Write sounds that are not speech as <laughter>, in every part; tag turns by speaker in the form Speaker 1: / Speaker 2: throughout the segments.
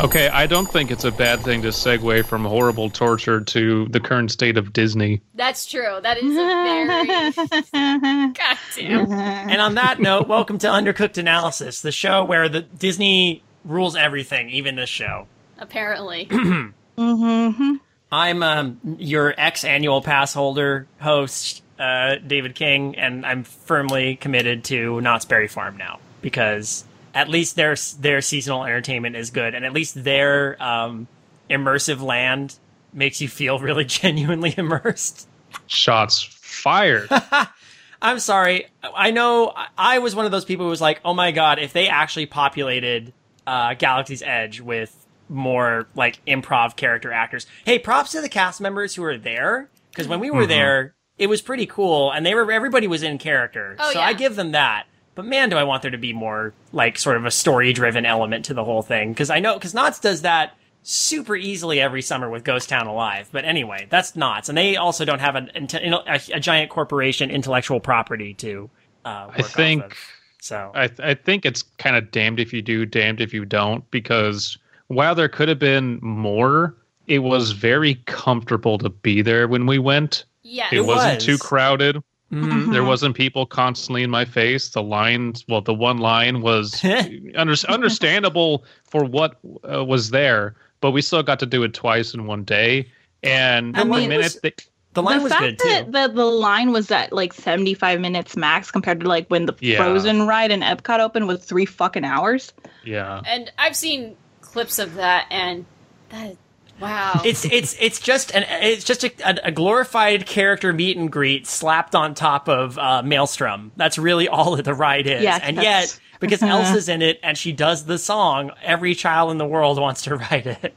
Speaker 1: Okay, I don't think it's a bad thing to segue from horrible torture to the current state of Disney.
Speaker 2: That's true. That is a
Speaker 3: <laughs>
Speaker 2: very goddamn.
Speaker 4: And on that note, welcome to Undercooked Analysis, the show where the Disney rules everything, even this show.
Speaker 2: Apparently,
Speaker 3: Mm-hmm.
Speaker 4: I'm um, your ex annual pass holder host, uh, David King, and I'm firmly committed to Knott's Berry Farm now because at least their their seasonal entertainment is good, and at least their um, immersive land makes you feel really <laughs> genuinely immersed.
Speaker 1: Shots fired.
Speaker 4: I'm sorry. I know I- I was one of those people who was like, oh my god, if they actually populated uh, Galaxy's Edge with more like improv character actors. Hey, props to the cast members who were there because when we were there, it was pretty cool, and they were everybody was in character.
Speaker 2: Oh,
Speaker 4: so
Speaker 2: yeah.
Speaker 4: I give them that. But man, do I want there to be more like sort of a story driven element to the whole thing because I know because Knots does that super easily every summer with Ghost Town Alive. But inte- anyway, that's Knots, and they also don't have an, inte- a, a giant corporation intellectual property to. Uh, work
Speaker 1: I think
Speaker 4: Off of. So
Speaker 3: <laughs>
Speaker 1: I, I think it's kind of damned if you do, damned if you don't, because while there could have been more, it was very comfortable to be there when we went.
Speaker 2: yes.
Speaker 1: It,
Speaker 4: It
Speaker 1: wasn't
Speaker 4: was.
Speaker 1: too crowded.
Speaker 4: Mhm.
Speaker 1: There wasn't people constantly in my face. The lines, well, the one line
Speaker 4: <laughs>
Speaker 1: was
Speaker 2: <laughs>
Speaker 1: under, understandable for what uh, was there, but we still got to do it twice in one day. And
Speaker 3: I
Speaker 1: the
Speaker 3: mean, it
Speaker 1: minute
Speaker 4: was-
Speaker 1: they-
Speaker 4: the line
Speaker 3: the
Speaker 4: was
Speaker 3: fact
Speaker 4: good
Speaker 3: that
Speaker 4: too.
Speaker 3: The, the line was at like 75 minutes max compared to like when the
Speaker 1: Yeah.
Speaker 3: Frozen ride in Epcot opened was three fucking hours.
Speaker 2: <laughs>
Speaker 1: yeah,
Speaker 2: And I've seen clips of that, and that is, wow.
Speaker 4: It's it's it's just an it's just a, a glorified character meet and greet slapped on top of uh, Maelstrom. That's really all that the ride is.
Speaker 3: Yes,
Speaker 4: and
Speaker 3: that's- <laughs>
Speaker 4: yet, because Elsa's in it and she does the song, every child in the world wants to <laughs> ride it.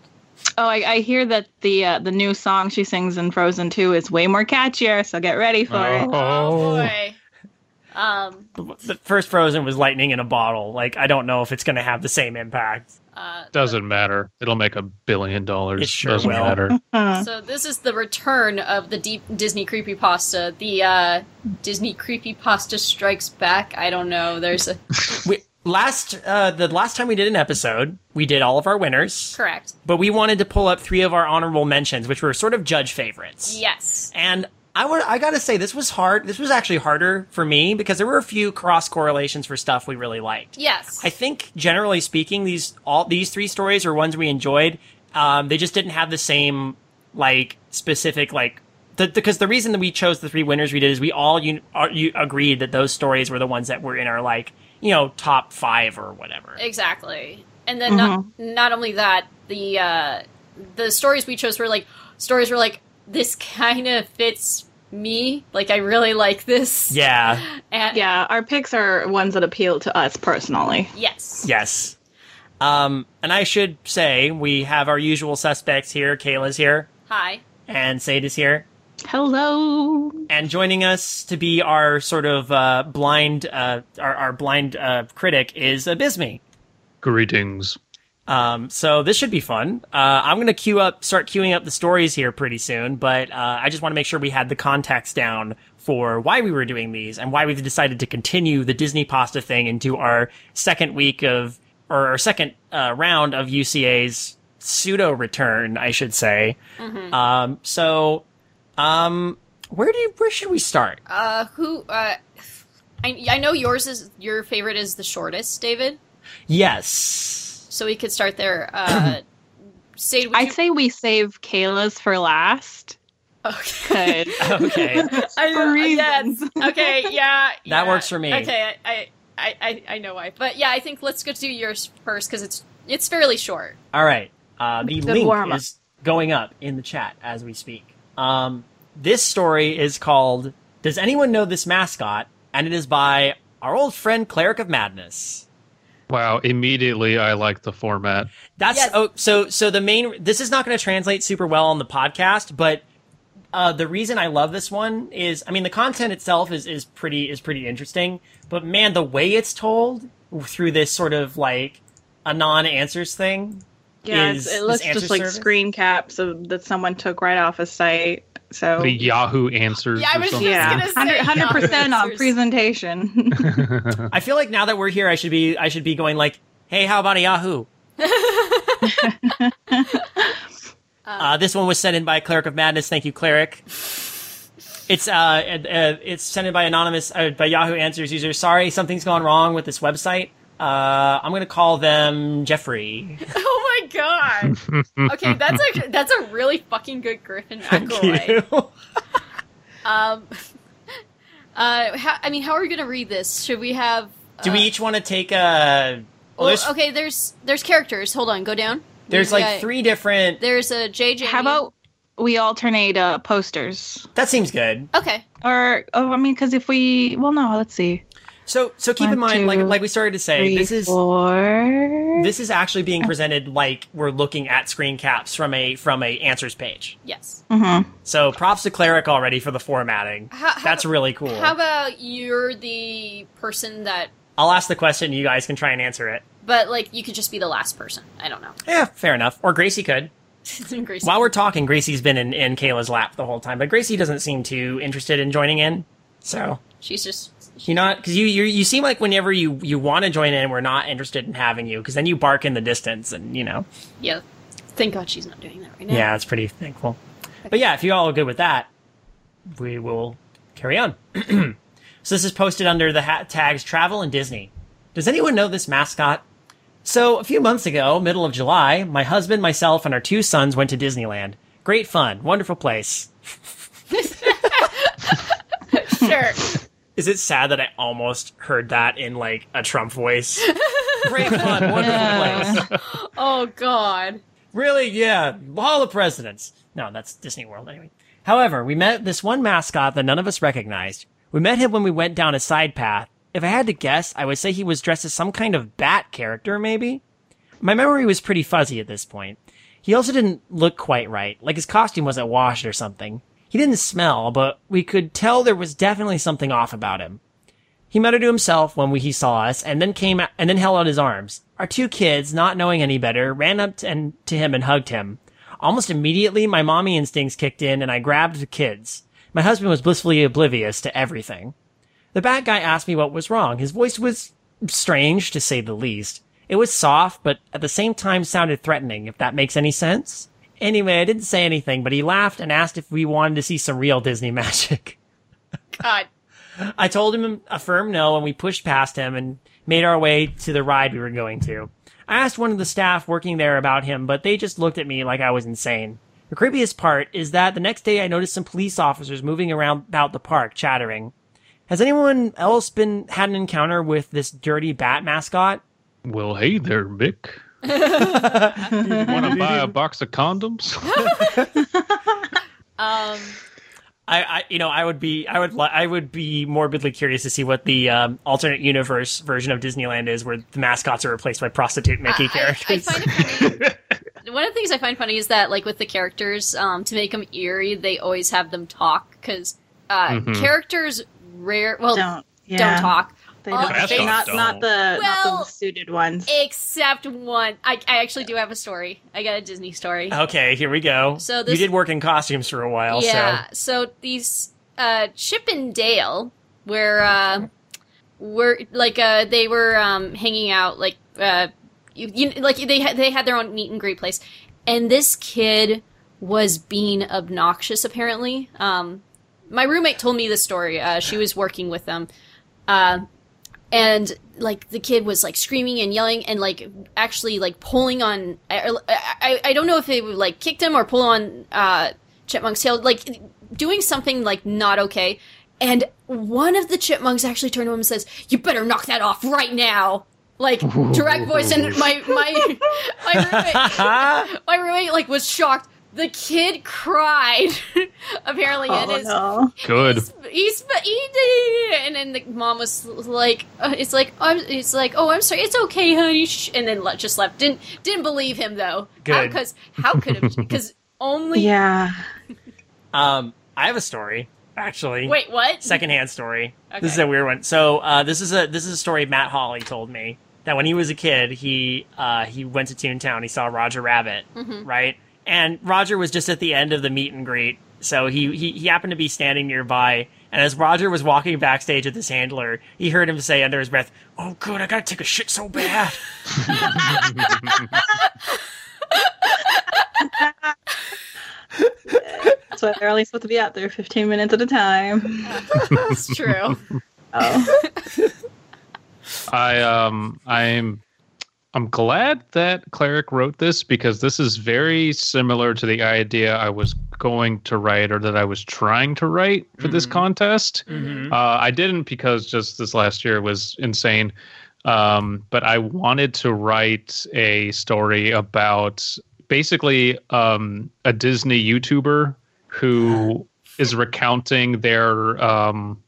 Speaker 3: Oh, I, I hear that the uh, the new song she sings in Frozen 2 is way more catchier, so get ready for
Speaker 1: Oh.
Speaker 3: it.
Speaker 2: oh boy. Um.
Speaker 4: The first Frozen was lightning in a bottle. Like I don't know if it's going to have the same impact.
Speaker 2: Uh,
Speaker 1: doesn't matter. It'll make a billion dollars.
Speaker 4: It sure
Speaker 1: doesn't
Speaker 4: will. <laughs>
Speaker 1: matter.
Speaker 3: Huh.
Speaker 2: So this is the return of the deep Disney creepypasta. The uh, Disney creepypasta strikes back. I don't know. There's a
Speaker 4: We, last uh, the last time we did an episode, we did all of our winners,
Speaker 2: correct.
Speaker 4: but we wanted to pull up three of our honorable mentions, which were sort of judge favorites.
Speaker 2: Yes.
Speaker 4: And I would, I gotta say, this was hard. This was actually harder for me because there were a few cross correlations for stuff we really liked.
Speaker 2: Yes.
Speaker 4: I think generally speaking, these all these three stories are ones we enjoyed. Um, they just didn't have the same like specific like the, because the reason that we chose the three winners we did is we all un, are, you agreed that those stories were the ones that were in our like you know top five or whatever.
Speaker 2: Exactly. And then not
Speaker 4: Mm-hmm.
Speaker 2: not only that, the uh the stories we chose were like stories were like this kind of fits me. Like I really like this.
Speaker 4: yeah.
Speaker 2: And
Speaker 3: <laughs> Yeah, our picks are ones that appeal to us personally.
Speaker 2: yes.
Speaker 4: Yes. Um, and I should say we have our usual suspects here. Kayla's here.
Speaker 2: Hi.
Speaker 4: and Sade is here.
Speaker 3: Hello.
Speaker 4: And joining us to be our sort of uh, blind, uh, our, our blind uh, critic is Abysme.
Speaker 1: Greetings.
Speaker 4: Um, so this should be fun. Uh, I'm going to queue up, start queuing up the stories here pretty soon, but uh, I just want to make sure we had the context down for why we were doing these and why we've decided to continue the Disney pasta thing into our second week of, or our second uh, round of UCA's pseudo return, I should say. Um, so, um, where do you, where should we start?
Speaker 2: Uh who uh I, I know yours is your favorite is the shortest, David.
Speaker 4: Yes.
Speaker 2: So we could start there.
Speaker 4: <clears throat>
Speaker 2: Uh Sade, would
Speaker 3: I'd
Speaker 2: you-
Speaker 3: say we save Kayla's for last.
Speaker 2: <laughs> Okay.
Speaker 3: 'cause-
Speaker 4: <laughs> Okay.
Speaker 2: I
Speaker 3: <laughs> For reasons.
Speaker 2: Yes. Okay, yeah. yeah.
Speaker 4: works for me.
Speaker 2: Okay, I, I, I, I know why. But yeah, I think let's go do yours first because it's it's fairly
Speaker 4: <laughs>
Speaker 2: short.
Speaker 4: All right. Uh, the
Speaker 3: Good
Speaker 4: link
Speaker 3: warm-up.
Speaker 4: is going up in the chat as we speak. Um, this story is called Does Anyone Know This Mascot? And it is by our old friend Cleric of Madness.
Speaker 1: Wow! Immediately, I like the format.
Speaker 4: That's
Speaker 2: Yes.
Speaker 4: oh so so the main this is not going to translate super well on the podcast, but uh, the reason I love this one is I mean the content itself is is pretty is pretty interesting, but man the way it's told through this sort of like a non-answers thing
Speaker 3: Yeah,
Speaker 4: is-
Speaker 3: it's,
Speaker 4: is
Speaker 3: it looks
Speaker 4: answer
Speaker 3: just like
Speaker 4: service?
Speaker 3: screen caps of, that someone took right off a site.
Speaker 4: Oh.
Speaker 3: So
Speaker 1: The Yahoo answers.
Speaker 2: Yeah, I
Speaker 1: or
Speaker 2: was just
Speaker 1: something.
Speaker 3: yeah,
Speaker 2: gonna say,
Speaker 3: 100 percent
Speaker 2: yeah.
Speaker 3: on presentation.
Speaker 2: <laughs>
Speaker 3: <laughs>
Speaker 4: I feel like now that we're here, I should be I should be going like, "Hey, how about a Yahoo?" Uh, this one was sent in by Cleric of Madness. Thank you, Cleric. It's uh, uh it's sent in by anonymous uh, by Yahoo Answers user. Sorry, something's gone wrong with this website. Uh, I'm gonna call them Jeffrey.
Speaker 2: oh my god. Okay, that's a that's a really fucking good Griffin
Speaker 4: Thank
Speaker 2: McElroy.
Speaker 4: you.
Speaker 2: Um, <laughs> uh, how, I mean, how are we gonna read this? Should we have?
Speaker 4: <laughs> Do we
Speaker 2: uh,
Speaker 4: each want to take a? Well,
Speaker 2: Well,
Speaker 4: there's
Speaker 2: okay, there's there's characters. Hold on, go down.
Speaker 4: there's
Speaker 2: We've
Speaker 4: like
Speaker 2: got-
Speaker 4: three different.
Speaker 2: There's a JJ.
Speaker 3: How about we alternate uh, posters?
Speaker 4: That seems good.
Speaker 2: Okay.
Speaker 3: Or, oh, I mean, because if we, well, no, let's see.
Speaker 4: So so keep
Speaker 3: One,
Speaker 4: in mind, like
Speaker 3: two,
Speaker 4: like we started to say,
Speaker 3: Three,
Speaker 4: this is
Speaker 3: four.
Speaker 4: this is actually being presented like we're looking at screen caps from a from a answers page.
Speaker 2: Yes.
Speaker 3: Mhm.
Speaker 4: So props to Cleric already for the formatting.
Speaker 2: How, how,
Speaker 4: That's really cool.
Speaker 2: How about you're the person that,
Speaker 4: I'll ask the question. You guys can try and answer it.
Speaker 2: but like you could just be the last person. I don't know. <laughs>
Speaker 4: Yeah, fair enough. Or Gracie could.
Speaker 2: Gracie.
Speaker 4: While we're talking, Gracie's been in, in Kayla's lap the whole time, but Gracie doesn't seem too interested in joining in. So
Speaker 2: She's just.
Speaker 4: you not because you, you you seem like whenever you you want to join in, we're not interested in having you because then you bark in the distance and you know
Speaker 2: Yeah. Thank God she's not doing that right now.
Speaker 4: yeah, it's pretty thankful. But yeah, if you all are good with that, we will carry on. <clears throat> so this is posted under the hat tags travel and Disney. Does anyone know this mascot? So a few months ago, middle of July, my husband, myself, and our two sons went to Disneyland. Great fun, wonderful place.
Speaker 2: <laughs> Sure.
Speaker 4: Is it sad that I almost heard that in like a Trump voice? <laughs> Great fun, wonderful
Speaker 3: <laughs> Yeah.
Speaker 4: place.
Speaker 2: oh God.
Speaker 4: Really? Yeah. Hall of Presidents. No, that's Disney World anyway. However, we met this one mascot that none of us recognized. We met him when we went down a side path. If I had to guess, I would say he was dressed as some kind of bat character, maybe? My memory was pretty fuzzy at this point. He also didn't look quite right, like his costume wasn't washed or something. He didn't smell, but we could tell there was definitely something off about him. He muttered to himself when we, he saw us, and then came out, and then held out his arms. Our two kids, not knowing any better, ran up to, and, to him and hugged him. Almost immediately, my mommy instincts kicked in, and I grabbed the kids. My husband was blissfully oblivious to everything. The bad guy asked me what was wrong. His voice was strange, to say the least. It was soft, but at the same time sounded threatening, if that makes any sense. Anyway, I didn't say anything, but he laughed and asked if we wanted to see some real Disney <laughs> magic.
Speaker 2: God.
Speaker 4: I told him a firm no, and we pushed past him and made our way to the ride we were going to. I asked one of the staff working there about him, but they just looked at me like I was insane. The creepiest part is that the next day I noticed some police officers moving around about the park, chattering. Has anyone else been had an encounter with this dirty
Speaker 2: <laughs>
Speaker 4: bat mascot?
Speaker 1: Well, hey there, Mick. Want
Speaker 4: <laughs>
Speaker 1: to buy a box of
Speaker 2: <laughs>
Speaker 1: condoms?
Speaker 2: Um.
Speaker 4: I, I you know I would be I would li- I would be morbidly curious to see what the um, alternate universe version of Disneyland is, where the mascots are replaced by prostitute Mickey
Speaker 2: I- I- I,
Speaker 4: characters.
Speaker 2: find it funny. One of the things I find funny is that, like, with the characters, um, to make them eerie, they always have them talk because uh,
Speaker 1: Mhm.
Speaker 2: characters rare. Well, don't,
Speaker 3: Don't. Yeah.
Speaker 2: talk
Speaker 3: They
Speaker 2: Oh,
Speaker 3: don't,
Speaker 2: Mascots
Speaker 3: they- not,
Speaker 1: don't.
Speaker 3: not the not
Speaker 2: Well-
Speaker 3: the suited ones.
Speaker 2: except one. I, I actually do have a story. I got a Disney story.
Speaker 4: Okay, here we go.
Speaker 2: So
Speaker 4: you
Speaker 2: this-
Speaker 4: did work in costumes for a while,
Speaker 2: yeah. So, these uh, Chip and Dale were uh, were like uh, they were um, hanging out like uh, you, you like they had they had their own meet and greet place, and this kid was being obnoxious apparently. Um, my roommate told me this story. Uh, she was working with them. Uh, and like the kid was like screaming and yelling and like actually like pulling on I, I, I don't know if it would like kicked him or pull on uh chipmunk's tail like doing something like not okay and one of the chipmunks actually turned to him and says you better knock that off right now like direct voice and my my my roommate <laughs>
Speaker 4: so.
Speaker 2: my roommate like was shocked the kid cried <laughs> apparently and
Speaker 3: Oh,
Speaker 2: his
Speaker 3: no.
Speaker 2: <laughs>
Speaker 1: Good.
Speaker 2: He's, he's he did it. and then the mom was like, uh, it's like, I'm, it's like, oh, I'm sorry, it's okay, honey, Shh. and then le- just left. Didn't didn't believe him though,
Speaker 4: Good.
Speaker 2: because how, could have? Because only
Speaker 3: Yeah.
Speaker 4: um, I have a story actually.
Speaker 2: wait, what?
Speaker 4: secondhand story. This is
Speaker 2: Okay.
Speaker 4: a weird one. So uh, this is a this is a story Matt Hawley told me that when he was a kid, he uh, he went to Toontown. He saw Roger Rabbit,
Speaker 2: Mhm.
Speaker 4: right? And Roger was just at the end of the meet and greet, so he, he he happened to be standing nearby. And as Roger was walking backstage with his handler, he heard him say under his breath, "Oh, good, I gotta take a shit so bad."
Speaker 3: That's why they're only supposed to be out there 15 minutes at a time.
Speaker 2: <laughs> <laughs> That's
Speaker 4: <laughs>
Speaker 2: true. <laughs>
Speaker 3: Oh.
Speaker 1: I um I'm I'm glad that Cleric wrote this because this is very similar to the idea I was going to write or that I was trying to write for this
Speaker 4: Mhm.
Speaker 1: contest.
Speaker 2: Mm-hmm.
Speaker 1: <laughs>
Speaker 4: Mhm.
Speaker 1: Uh, I didn't because just this last year was insane. Um, but I wanted to write a story about basically um, a Disney YouTuber who is recounting their um,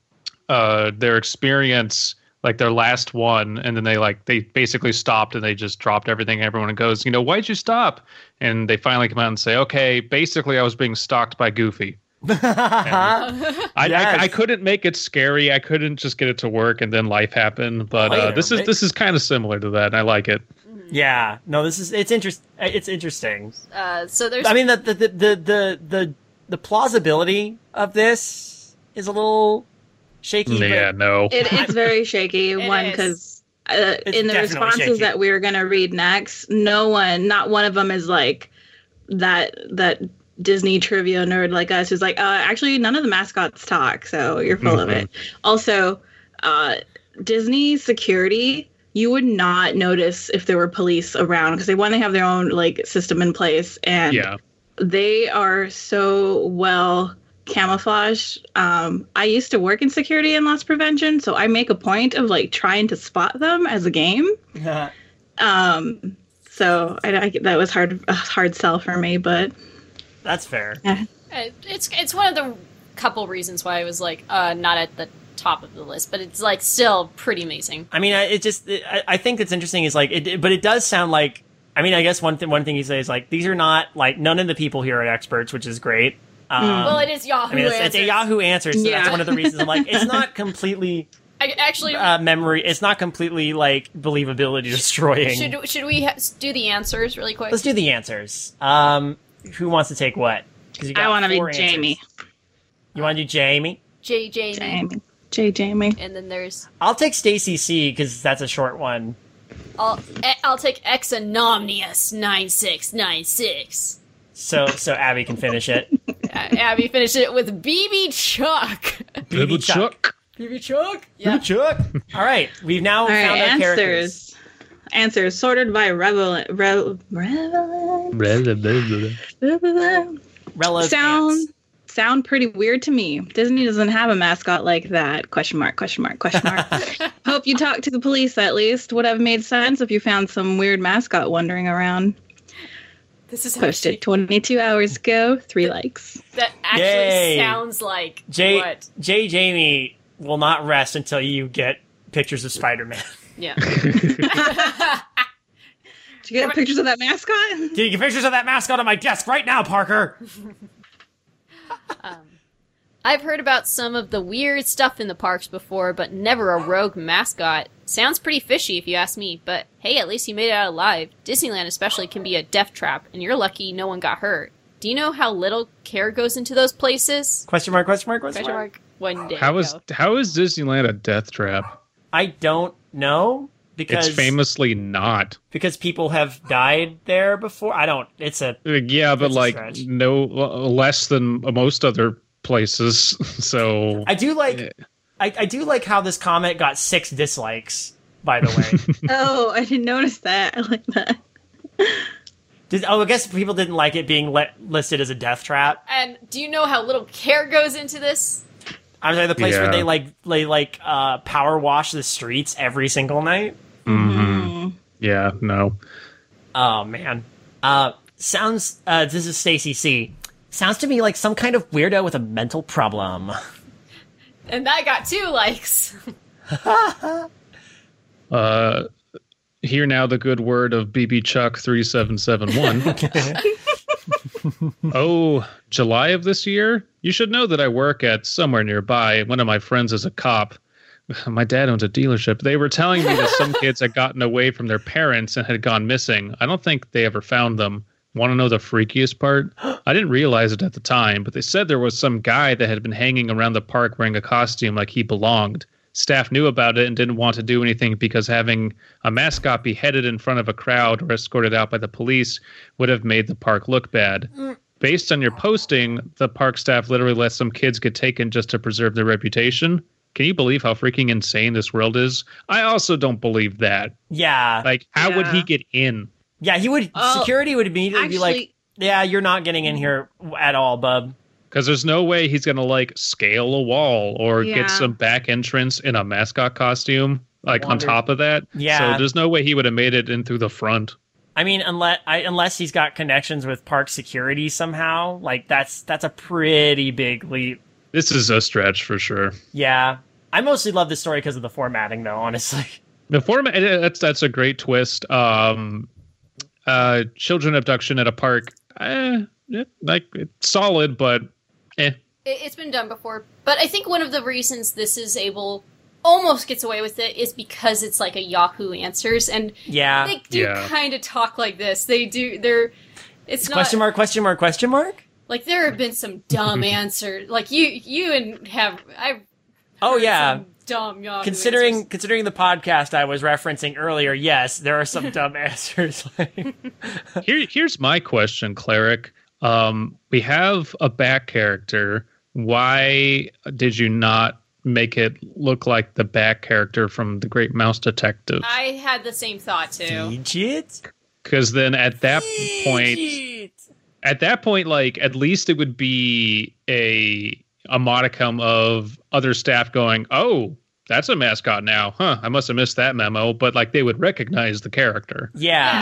Speaker 1: uh, their experience, like their last one, and then they like they basically stopped and they just dropped everything. Everyone goes, you know, why'd you stop? And they finally come out and say, okay, basically I was being stalked by Goofy. I,
Speaker 4: Yes.
Speaker 1: I, I couldn't make it scary. I couldn't just get it to work, and then life happened. But uh,
Speaker 4: Later,
Speaker 1: this is
Speaker 4: right?
Speaker 1: this is kind of similar to that, and I like it.
Speaker 4: yeah. No, this is it's interest it's interesting.
Speaker 2: uh, so there's
Speaker 4: I mean, the the the the the, the, the plausibility of this is a little shaky.
Speaker 1: yeah, no,
Speaker 3: It,
Speaker 2: <laughs>
Speaker 3: it's very shaky.
Speaker 2: It
Speaker 3: one,
Speaker 2: is.
Speaker 3: because uh,
Speaker 4: It's
Speaker 3: in the
Speaker 4: definitely
Speaker 3: responses
Speaker 4: shaky.
Speaker 3: that we were gonna read next, no one, not one of them, is like that that Disney trivia nerd like us who's like, uh, actually, none of the mascots talk, so you're full of
Speaker 1: Mhm.
Speaker 3: it.
Speaker 4: Mm-hmm.
Speaker 3: Also, uh, Disney security. You would not notice if there were police around because they one they have their own like system in place and
Speaker 1: yeah,
Speaker 3: they are so well camouflaged. Um, I used to work in security and loss prevention, so I make a point of like trying to spot them as a game.
Speaker 4: but-
Speaker 3: Um, so I, I- that was hard a hard sell for me, but
Speaker 4: <laughs> that's fair.
Speaker 2: Uh, it's it's one of the couple reasons why I was like uh, not at the top of the list, but it's like still pretty amazing.
Speaker 4: I mean, I- it just it, I, I think it's interesting is like, it, it- but it does sound like. I mean, I guess one thing one thing you say is like these are not like none of the people here are experts, which is great. Um,
Speaker 2: Hmm. well, it is Yahoo.
Speaker 4: I mean, it's, it's a
Speaker 2: Answers.
Speaker 4: Yahoo answer, so that's
Speaker 3: Yeah.
Speaker 4: one of the reasons. I'm like, it's
Speaker 2: <laughs>
Speaker 4: not completely
Speaker 2: I, actually,
Speaker 4: uh, memory. It's not completely like believability destroying.
Speaker 2: should should we ha- do the answers really quick?
Speaker 4: Let's do the answers. Um, who wants to take what? 'Cause you got
Speaker 3: I want to be
Speaker 4: four answers.
Speaker 3: Jamie.
Speaker 4: You want to do Jamie?
Speaker 2: J J
Speaker 3: Jamie. J. Jamie.
Speaker 2: and then there's
Speaker 4: I'll take Stacy C because that's a short one.
Speaker 2: I'll eh, I'll take Exonomnius nine six nine six.
Speaker 4: So so Abby can finish it. <laughs>
Speaker 2: Abby finished it with BB Chuck.
Speaker 1: Little
Speaker 4: BB Chuck. BB Chuck.
Speaker 2: Yeah.
Speaker 4: BB Chuck. All right, we've now
Speaker 3: All right,
Speaker 4: found our characters.
Speaker 3: answers. Answers sorted by revel re- revel-
Speaker 4: Rela's
Speaker 3: sound
Speaker 4: ants.
Speaker 3: sound pretty weird to me. Disney doesn't have a mascot like that. Question mark, question mark, question
Speaker 4: <laughs>
Speaker 3: mark. Hope you talked to the police at least. Would have made sense if you found some weird mascot wandering around.
Speaker 2: This is
Speaker 3: Posted
Speaker 2: actually-
Speaker 3: 22 hours ago, three likes.
Speaker 2: that actually
Speaker 4: Yay.
Speaker 2: sounds like
Speaker 4: J
Speaker 2: what?
Speaker 4: J Jamie will not rest until you get pictures of Spider <laughs> Man.
Speaker 2: Yeah.
Speaker 4: <laughs>
Speaker 3: Did you get pictures of that mascot?
Speaker 4: Did you get pictures of that mascot on my desk right now, Parker?
Speaker 2: I've heard about some of the weird stuff in the parks before, but never a rogue mascot. Sounds pretty fishy if you ask me, but hey, at least you made it out alive. Disneyland especially can be a death trap, and you're lucky no one got hurt. Do you know how little care goes into those places?
Speaker 4: Question mark? Question mark? Question
Speaker 2: Question
Speaker 4: mark?
Speaker 2: mark. One day.
Speaker 1: How is
Speaker 2: ago.
Speaker 1: how is Disneyland a death trap?
Speaker 4: I don't know because
Speaker 1: It's famously not.
Speaker 4: because people have died there before. I don't. It's a
Speaker 1: Uh, Yeah, but
Speaker 4: That's a
Speaker 1: like
Speaker 4: stretch.
Speaker 1: no l- less than most other places. <laughs> So
Speaker 4: I do like.
Speaker 1: Yeah.
Speaker 4: I, I do like how this comment got six dislikes. By the
Speaker 1: <laughs>
Speaker 4: way,
Speaker 3: oh, I didn't notice that. <laughs> I like that.
Speaker 4: Did, oh, I guess people didn't like it being le- listed as a death trap.
Speaker 2: And do you know how little care goes into this?
Speaker 4: I'm sorry, the place where
Speaker 1: Yeah.
Speaker 4: they like they like uh, power wash the streets every single night.
Speaker 1: mhm.
Speaker 4: Mm-hmm.
Speaker 3: Hmm.
Speaker 1: yeah, no.
Speaker 4: Oh man, uh, sounds. Uh, this is Stacy C. Sounds to me like some kind of weirdo with a mental problem.
Speaker 2: And that got two likes. <laughs>
Speaker 1: Uh, hear now the good word of BB Chuck three seven seven one. Oh, July of this year? You should know that I work at somewhere nearby. One of my friends is a cop. <sighs> My dad owns a dealership. They were telling me that some kids had gotten away from their parents and had gone missing. I don't think they ever found them. Want to know the freakiest part? I didn't realize it at the time, but they said there was some guy that had been hanging around the park wearing a costume like he belonged. Staff knew about it and didn't want to do anything because having a mascot
Speaker 3: Mm.
Speaker 1: beheaded in front of a crowd or escorted out by the police would have made the park look bad. Based on your posting, the park staff literally let some kids get taken just to preserve their reputation. Can you believe how freaking insane this world is? I also don't believe that.
Speaker 4: Yeah.
Speaker 1: Like, how would he
Speaker 3: Yeah.
Speaker 1: get in?
Speaker 4: Yeah, he would
Speaker 3: Oh,
Speaker 4: security would immediately be like,
Speaker 3: Actually,
Speaker 4: "Yeah, you're not getting in here at all, bub."
Speaker 1: Because there's no way he's gonna like scale a wall or
Speaker 3: Yeah.
Speaker 1: get some back entrance in a mascot costume, like on
Speaker 4: Wonder-
Speaker 1: top of that.
Speaker 4: Yeah.
Speaker 1: So there's no way he would have made it in through the front.
Speaker 4: I mean, unless I, unless he's got connections with park security somehow, like that's that's a pretty big leap.
Speaker 1: This is a stretch for sure.
Speaker 4: Yeah, I mostly love this story because of the formatting, though. Honestly, <laughs>
Speaker 1: The format eh, that's that's a great twist. Um, uh, children abduction at a park. Eh, eh, like it's solid, but eh.
Speaker 2: It, it's been done before, but I think one of the reasons this is able almost gets away with it is because it's like a Yahoo Answers, and
Speaker 4: yeah.
Speaker 2: they do
Speaker 1: Yeah.
Speaker 2: kind of talk like this. They do. They're. It's not
Speaker 4: question mark? Question mark? Question mark?
Speaker 2: like there have been some
Speaker 1: <laughs>
Speaker 2: dumb answers. Like you, you and have I.
Speaker 4: Oh yeah.
Speaker 2: dumb Yahoo.
Speaker 4: Considering
Speaker 2: answers.
Speaker 4: considering the podcast I was referencing earlier, yes, there are some dumb <laughs> answers. Like,
Speaker 1: Here, here's my question, cleric. Um, we have a back character. Why did you not make it look like the back character from the Great Mouse Detective?
Speaker 2: I had the same thought too.
Speaker 4: Fidget?
Speaker 1: Because then at that point,
Speaker 4: Fidget.
Speaker 1: at that point, like at least it would be a a modicum of other staff going, "Oh, that's a mascot now, huh? I must have missed that memo." But like they would recognize the character.
Speaker 4: Yeah.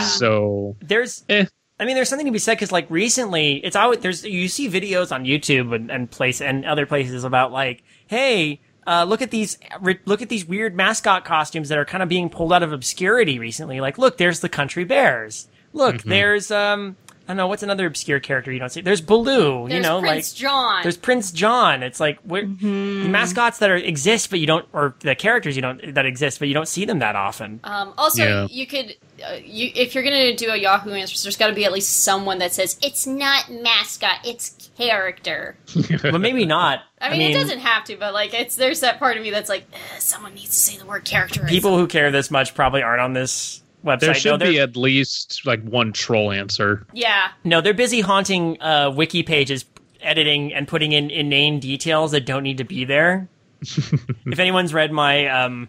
Speaker 2: Yeah.
Speaker 1: So
Speaker 4: There's
Speaker 1: Eh.
Speaker 4: I mean, there's something to be said because, like, recently, it's always there's you see videos on YouTube and, and place and other places about like, hey, uh, look at these re- look at these weird mascot costumes that are kind of being pulled out of obscurity recently. Like, look, there's the country bears. Look, there's um, I don't know what's another obscure character you don't see. There's Baloo.
Speaker 2: There's
Speaker 4: you know,
Speaker 2: Prince
Speaker 4: like
Speaker 2: John. Mm-hmm.
Speaker 4: there's Prince John. It's like where
Speaker 3: hmm.
Speaker 4: the mascots that are exist, but you don't, or the characters you don't that exist, but you don't see them that
Speaker 2: <laughs>
Speaker 4: often.
Speaker 2: Um, also,
Speaker 1: Yeah.
Speaker 2: you could, uh, you if you're gonna do a Yahoo Answers, there's got to be at least someone that says it's not mascot, it's character.
Speaker 4: but maybe not.
Speaker 2: I mean, it doesn't have to, but like, it's there's that part of me that's like, "Ugh, someone needs to say the word character.
Speaker 4: people who care this much probably aren't on this website.
Speaker 1: there
Speaker 4: no,
Speaker 1: should
Speaker 4: they're,
Speaker 1: be at least like one troll answer.
Speaker 2: yeah,
Speaker 4: no, they're busy haunting uh, wiki pages, editing and putting in inane details that don't need to be there. if anyone's read my um,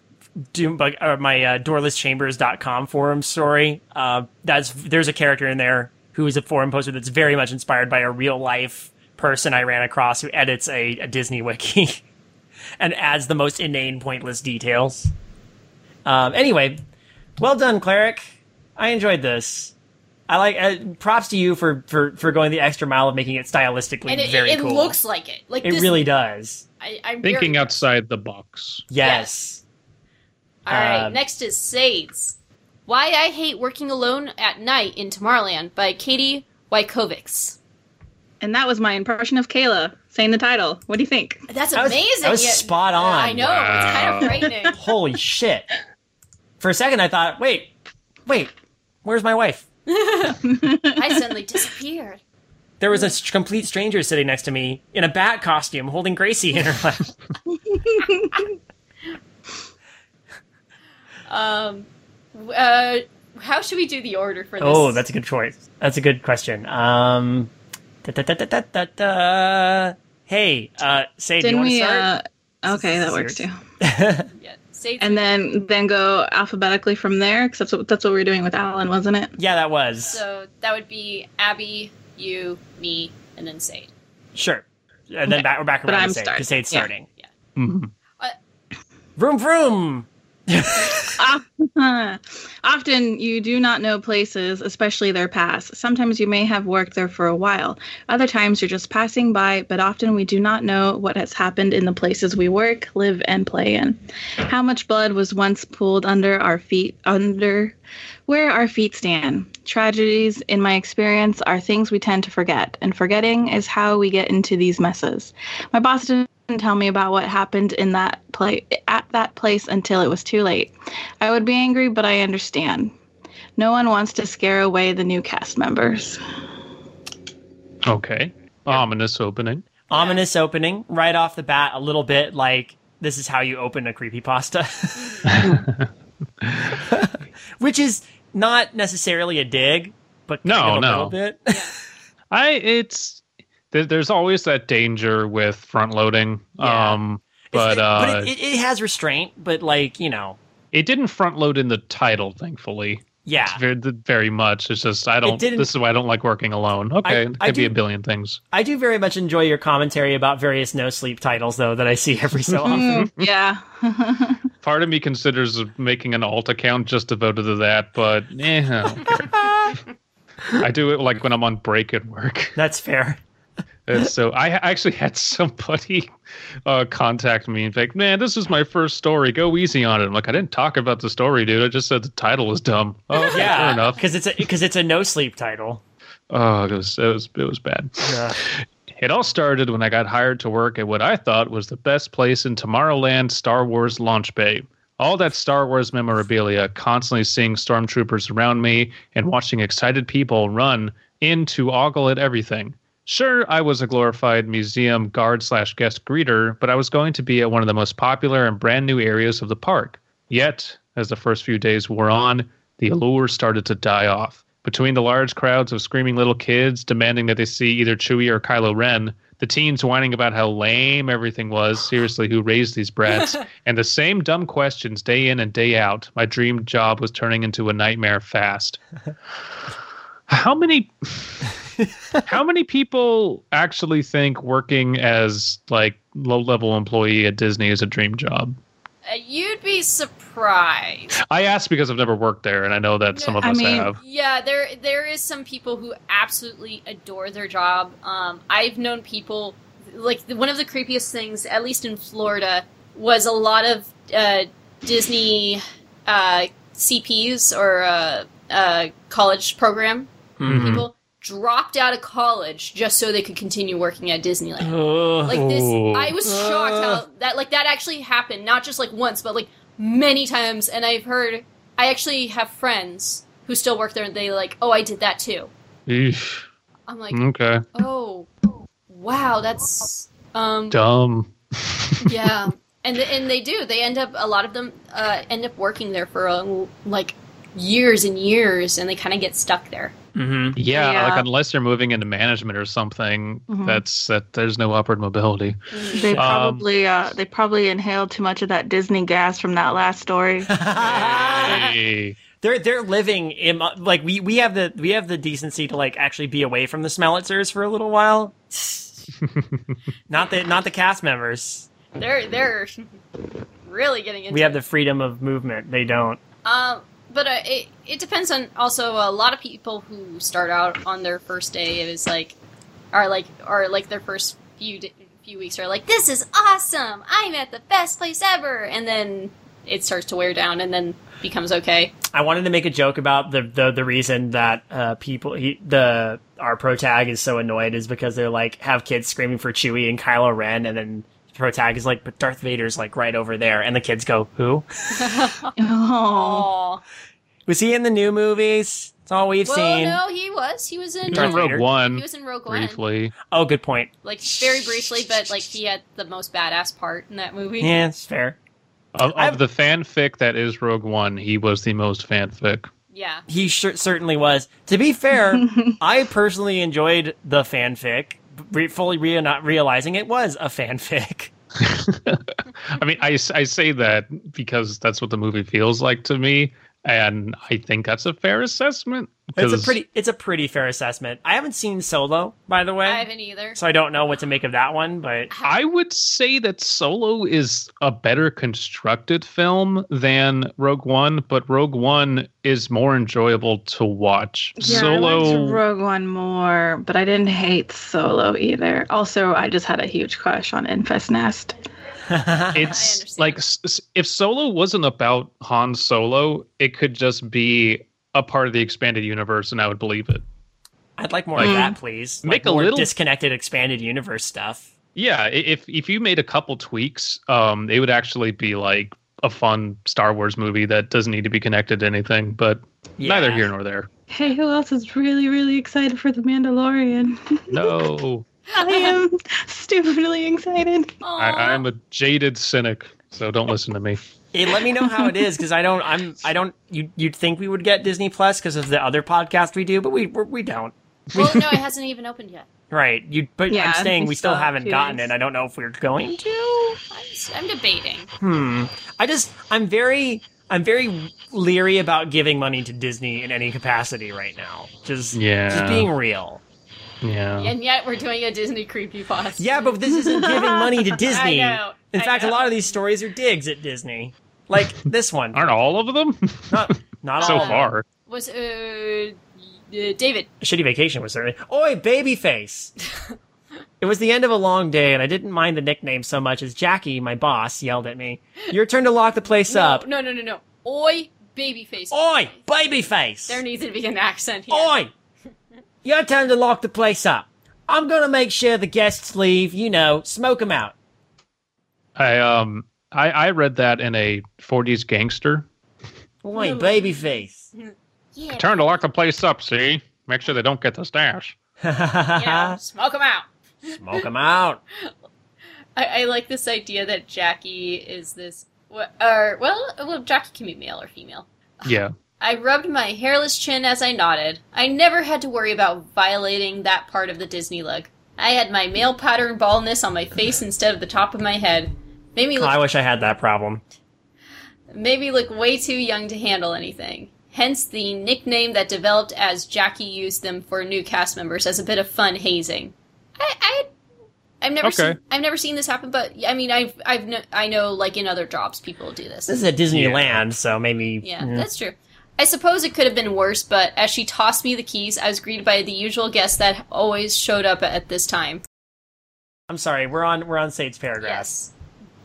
Speaker 4: Doombug or my uh, doorlesschambers.com forum story, uh, that's there's a character in there who is a forum poster that's very much inspired by a real life person I ran across who edits a, a Disney wiki <laughs> and adds the most inane, pointless details. Um, anyway, well done, cleric. I enjoyed this. I like uh, props to you for, for for going the extra mile of making it stylistically
Speaker 2: and it,
Speaker 4: very
Speaker 2: it
Speaker 4: cool.
Speaker 2: looks like it. Like
Speaker 4: it
Speaker 2: this,
Speaker 4: really does.
Speaker 2: I, I'm very-
Speaker 1: Thinking outside the box.
Speaker 4: Yes.
Speaker 2: All right,
Speaker 3: uh,
Speaker 4: um,
Speaker 2: next is Sades. Why I hate working alone at night in Tomorrowland by Katie Wykovics.
Speaker 3: and that was my impression of Kayla saying the title. What do you think?
Speaker 2: That's
Speaker 4: That was-
Speaker 2: amazing.
Speaker 4: that was
Speaker 2: yet-
Speaker 4: spot on.
Speaker 2: I know it's kind of
Speaker 3: <laughs>
Speaker 2: frightening.
Speaker 4: Holy shit. For a second, I thought, wait, wait, where's my wife?
Speaker 2: I suddenly disappeared.
Speaker 4: There was a s- complete stranger sitting next to me in a bat costume holding Gracie in her lap.
Speaker 2: Um, w- uh, how should we do the order for this?
Speaker 4: <laughs> oh, that's a good choice. That's a good question. Um, da, da, da, da, da, da, da. Hey, uh, say, do you
Speaker 3: Didn't
Speaker 4: want to
Speaker 3: we?
Speaker 4: start?
Speaker 3: Uh, okay, that works
Speaker 4: Serious.
Speaker 3: too.
Speaker 2: yeah. Say
Speaker 3: And then then go alphabetically from there because that's what that's what we were doing with Alan, wasn't it?
Speaker 4: yeah, that was.
Speaker 2: so that would be Abby, you, me, and then Sade.
Speaker 4: sure. And then
Speaker 3: Okay.
Speaker 4: back, we're back
Speaker 3: But
Speaker 4: around
Speaker 3: I'm
Speaker 4: to say, to
Speaker 3: starting.
Speaker 4: say it's
Speaker 3: Yeah.
Speaker 4: starting.
Speaker 1: Mhm.
Speaker 4: Vroom, vroom. <laughs>
Speaker 3: Ah, <laughs> Often you do not know places, especially their past. Sometimes you may have worked there for a while. Other times you're just passing by, but often we do not know what has happened in the places we work, live, and play in. How much blood was once pooled under our feet, under where our feet stand. Tragedies, in my experience, are things we tend to forget, and forgetting is how we get into these messes. My boss didn't tell me about what happened in that place at that place until it was too late. I would be angry, but I understand. No one wants to scare away the new cast members.
Speaker 1: Okay. Ominous <laughs> opening.
Speaker 4: Ominous opening right off the bat, a little bit like this is how you open a creepypasta. <laughs> Which is not necessarily a dig, but kind
Speaker 1: No,
Speaker 4: <laughs> of a
Speaker 1: no.
Speaker 4: little bit.
Speaker 1: I it's there, there's always that danger with front loading.
Speaker 4: Yeah.
Speaker 1: Um,
Speaker 4: It's-
Speaker 1: but, uh,
Speaker 4: but it, it, it has restraint, but like you know,
Speaker 1: it didn't front load in the title, thankfully.
Speaker 4: yeah.
Speaker 1: Very, very much. It's just I don't.
Speaker 4: didn't-
Speaker 1: This is why I don't like working alone. Okay,
Speaker 4: I-
Speaker 1: it could
Speaker 4: I
Speaker 1: be a
Speaker 4: do-
Speaker 1: billion things.
Speaker 4: I do very much enjoy your commentary about various no sleep titles though that I see
Speaker 1: <laughs>
Speaker 4: every so often.
Speaker 3: Mm, yeah. <laughs>
Speaker 1: Part of me considers making an alt account just devoted to that, but <laughs> eh, I, don't care.
Speaker 4: Ah,
Speaker 1: I do it like when I'm on break at work.
Speaker 4: That's fair.
Speaker 1: And so I ha- actually had somebody uh, contact me and be like, "Man, this is my first story. Go easy on it." I'm like, "I didn't talk about the story, dude. I just said the title was dumb." Oh, okay,
Speaker 4: Yeah,
Speaker 1: fair enough.
Speaker 4: Because it's a because it's a no sleep title.
Speaker 1: Oh, it was it was it was bad.
Speaker 4: Yeah.
Speaker 1: It all started when I got hired to work at what I thought was the best place in Tomorrowland Star Wars launch bay. All that Star Wars memorabilia, constantly seeing stormtroopers around me and watching excited people run in to ogle at everything. Sure, I was a glorified museum guard slash guest greeter, but I was going to be at one of the most popular and brand new areas of the park. Yet, as the first few days wore on, the allure started to die off. Between the large crowds of screaming little kids demanding that they see either Chewie or Kylo Ren, the teens whining about how lame everything was, seriously, who raised these
Speaker 3: <laughs>
Speaker 1: brats, and the same dumb questions day in and day out, my dream job was turning into a nightmare fast. How
Speaker 3: <laughs>
Speaker 1: many how many people actually think working as like low level employee at Disney is a dream job?
Speaker 2: Uh, you'd be surprised.
Speaker 1: I asked because I've never worked there, and I know that some of
Speaker 3: I
Speaker 1: us
Speaker 3: mean-
Speaker 1: have.
Speaker 2: Yeah, there there is some people who absolutely adore their job. Um, I've known people like the- one of the creepiest things, at least in Florida, was a lot of uh, Disney uh, CPs or uh, uh, college program
Speaker 4: Mm-hmm.
Speaker 1: Mhm.
Speaker 2: people dropped out of college just so they could continue working at Disneyland.
Speaker 4: Mm-hmm. Ugh.
Speaker 2: Like this,
Speaker 1: Ooh.
Speaker 2: I was shocked
Speaker 4: Ugh.
Speaker 2: how that like that actually happened. Not just like once, but like many times. And I've heard, I actually have friends who still work there, and they like, oh, I did that too.
Speaker 1: Eesh.
Speaker 2: I'm like,
Speaker 4: Hmm?
Speaker 1: Okay.
Speaker 2: oh, wow, that's um,
Speaker 1: Dumb.
Speaker 2: <laughs> yeah. And th- and they do. They end up a lot of them uh, end up working there for uh, like years and years, and they kind of get stuck there.
Speaker 4: Mhm.
Speaker 1: Yeah,
Speaker 3: Yeah.
Speaker 1: like unless you're moving into management or something,
Speaker 2: Mm-hmm.
Speaker 3: Mhm.
Speaker 1: that's that there's no upward
Speaker 2: <laughs>
Speaker 1: mobility.
Speaker 3: they
Speaker 1: Um,
Speaker 3: probably uh, they probably inhaled too much of that Disney gas from that last <laughs> story.
Speaker 1: Hey.
Speaker 4: <laughs> they're they're living in like we we have the we have the decency to like actually be away from the Smellitzers for a
Speaker 1: <laughs>
Speaker 4: little while. not the not the cast members.
Speaker 2: They're they're <laughs> really getting into.
Speaker 4: We have
Speaker 2: it.
Speaker 4: the freedom of movement. They don't.
Speaker 2: Um, but uh, it it depends on also a lot of people who start out on their first day. It is like, are like are like their first few d- few weeks are like this is awesome. I'm at the best place ever, and then it starts to wear down, and then becomes okay.
Speaker 4: I wanted to make a joke about the the, the reason that uh, people he, the our pro tag is so annoyed is because they're like have kids screaming for Chewie and Kylo Ren, and then pro tag is like, but Darth Vader's like right over there, and the kids go, who
Speaker 3: Oh,
Speaker 2: Oh,
Speaker 4: was he in the new movies? It's all we've
Speaker 2: well,
Speaker 4: seen.
Speaker 2: no, he was he was in
Speaker 1: He's
Speaker 4: Darth
Speaker 1: in Rogue
Speaker 4: Vader.
Speaker 2: he
Speaker 1: One
Speaker 2: was in Rogue One,
Speaker 1: briefly.
Speaker 4: Oh, good point.
Speaker 2: like very briefly, but like he had the most badass part in that movie.
Speaker 4: Yeah, it's fair.
Speaker 1: Of,
Speaker 4: I've-
Speaker 1: of the fanfic that is Rogue One, he was the most fanfic.
Speaker 2: yeah.
Speaker 4: He cer- certainly was. To be fair,
Speaker 2: <laughs>
Speaker 4: I personally enjoyed the fanfic, re- fully re- not realizing it was a fanfic.
Speaker 1: I mean, I, s- I say that because that's what the movie feels like to me, and I think that's a fair assessment.
Speaker 4: It's a
Speaker 1: 'cause
Speaker 4: pretty, it's a pretty fair assessment. I haven't seen Solo, by the way,
Speaker 2: I haven't either.
Speaker 4: so I don't know what to make of that one. But
Speaker 1: I would say that Solo is a better constructed film than Rogue One, but Rogue One is more enjoyable to watch.
Speaker 3: <laughs> yeah, I
Speaker 1: Solo,
Speaker 3: liked Rogue One more, but I didn't hate Solo either. Also, I just had a huge crush on Infest Nest.
Speaker 2: I
Speaker 1: it's
Speaker 2: understand.
Speaker 1: like s- s- if Solo wasn't about Han Solo, it could just be a part of the expanded universe, and I would believe it.
Speaker 4: I'd like more of
Speaker 3: Like-
Speaker 4: that, please.
Speaker 1: Hmm. Make
Speaker 4: like
Speaker 1: a
Speaker 4: more
Speaker 1: little-
Speaker 4: disconnected expanded universe stuff.
Speaker 1: Yeah, i- if if you made a couple tweaks, um, it would actually be like a fun Star Wars movie that doesn't need to be connected to anything. But neither
Speaker 4: Yeah.
Speaker 1: here nor there.
Speaker 3: Hey, who else is really, really excited for The Mandalorian?
Speaker 1: No.
Speaker 2: <laughs>
Speaker 3: I <laughs> am stupidly excited.
Speaker 1: I, I'm a jaded cynic, so don't listen to me.
Speaker 4: Hey, let me know how it is because I don't. I'm. I don't. You. You'd think we would get Disney Plus because of the other podcast we do, but we we're, we don't.
Speaker 2: well, no, it hasn't even opened yet.
Speaker 4: Right. You but
Speaker 3: Yeah,
Speaker 4: I'm saying
Speaker 3: we
Speaker 4: we still
Speaker 3: still have
Speaker 4: haven't
Speaker 3: two
Speaker 4: gotten
Speaker 3: days.
Speaker 4: it. I don't know if we're going to.
Speaker 2: I'm, s- I'm debating.
Speaker 4: Hmm. I just I'm very I'm very leery about giving money to Disney in any capacity right now. Just
Speaker 1: Yeah.
Speaker 4: just being real.
Speaker 1: Yeah.
Speaker 2: And yet we're doing a Disney creepy pasta.
Speaker 4: Yeah, but this isn't giving money to
Speaker 2: <laughs>
Speaker 4: Disney.
Speaker 2: I know.
Speaker 4: In
Speaker 2: I
Speaker 4: fact, a
Speaker 2: know.
Speaker 4: lot of these stories are digs at Disney. Like this
Speaker 2: <laughs>
Speaker 4: one.
Speaker 1: Aren't all of them <laughs>
Speaker 4: Not not
Speaker 1: so
Speaker 4: all of
Speaker 2: Um,
Speaker 4: them.
Speaker 1: far?
Speaker 2: was uh, uh, David.
Speaker 4: Shitty Vacation was certainly. Oi, babyface!
Speaker 2: <laughs>
Speaker 4: it was the end of a long day, and I didn't mind the nickname so much as Jackie, my boss, yelled at me. Your turn to lock the place up.
Speaker 2: No, no, no, no. Oi, babyface.
Speaker 4: Oi, babyface!
Speaker 2: There needs to be an accent here.
Speaker 4: Oi! Your turn to lock the place up. I'm gonna make sure the guests leave, you know, smoke 'em out.
Speaker 1: I um I I read that in a 40s gangster.
Speaker 4: Oi,
Speaker 2: No.
Speaker 4: <laughs> babyface.
Speaker 2: Yeah.
Speaker 1: Turn to lock the place up. See, make sure they don't get the stash.
Speaker 2: You know, <laughs> smoke him out.
Speaker 4: Smoke 'em out.
Speaker 2: I, I like this idea that Jackie is this. wh- Or well, well, Jackie can be male or female.
Speaker 1: Yeah.
Speaker 2: I rubbed my hairless chin as I nodded. I never had to worry about violating that part of the Disney look. I had my male pattern baldness on my face instead of the top of my head. Made me look
Speaker 4: I wish I had that problem.
Speaker 2: maybe look way too young to handle anything. Hence the nickname that developed as Jackie used them for new cast members as a bit of fun hazing. I, I I've never
Speaker 1: Okay.
Speaker 2: seen I've never seen this happen, but I mean I've I've kn- I know like in other jobs people do this.
Speaker 4: This is at Disneyland, so maybe.
Speaker 2: Yeah,
Speaker 4: mm.
Speaker 2: that's true. I suppose it could have been worse, but as she tossed me the keys, I was greeted by the usual guest that always showed up at this time.
Speaker 4: I'm sorry, we're on we're on Sate's paragraph.
Speaker 2: Yes.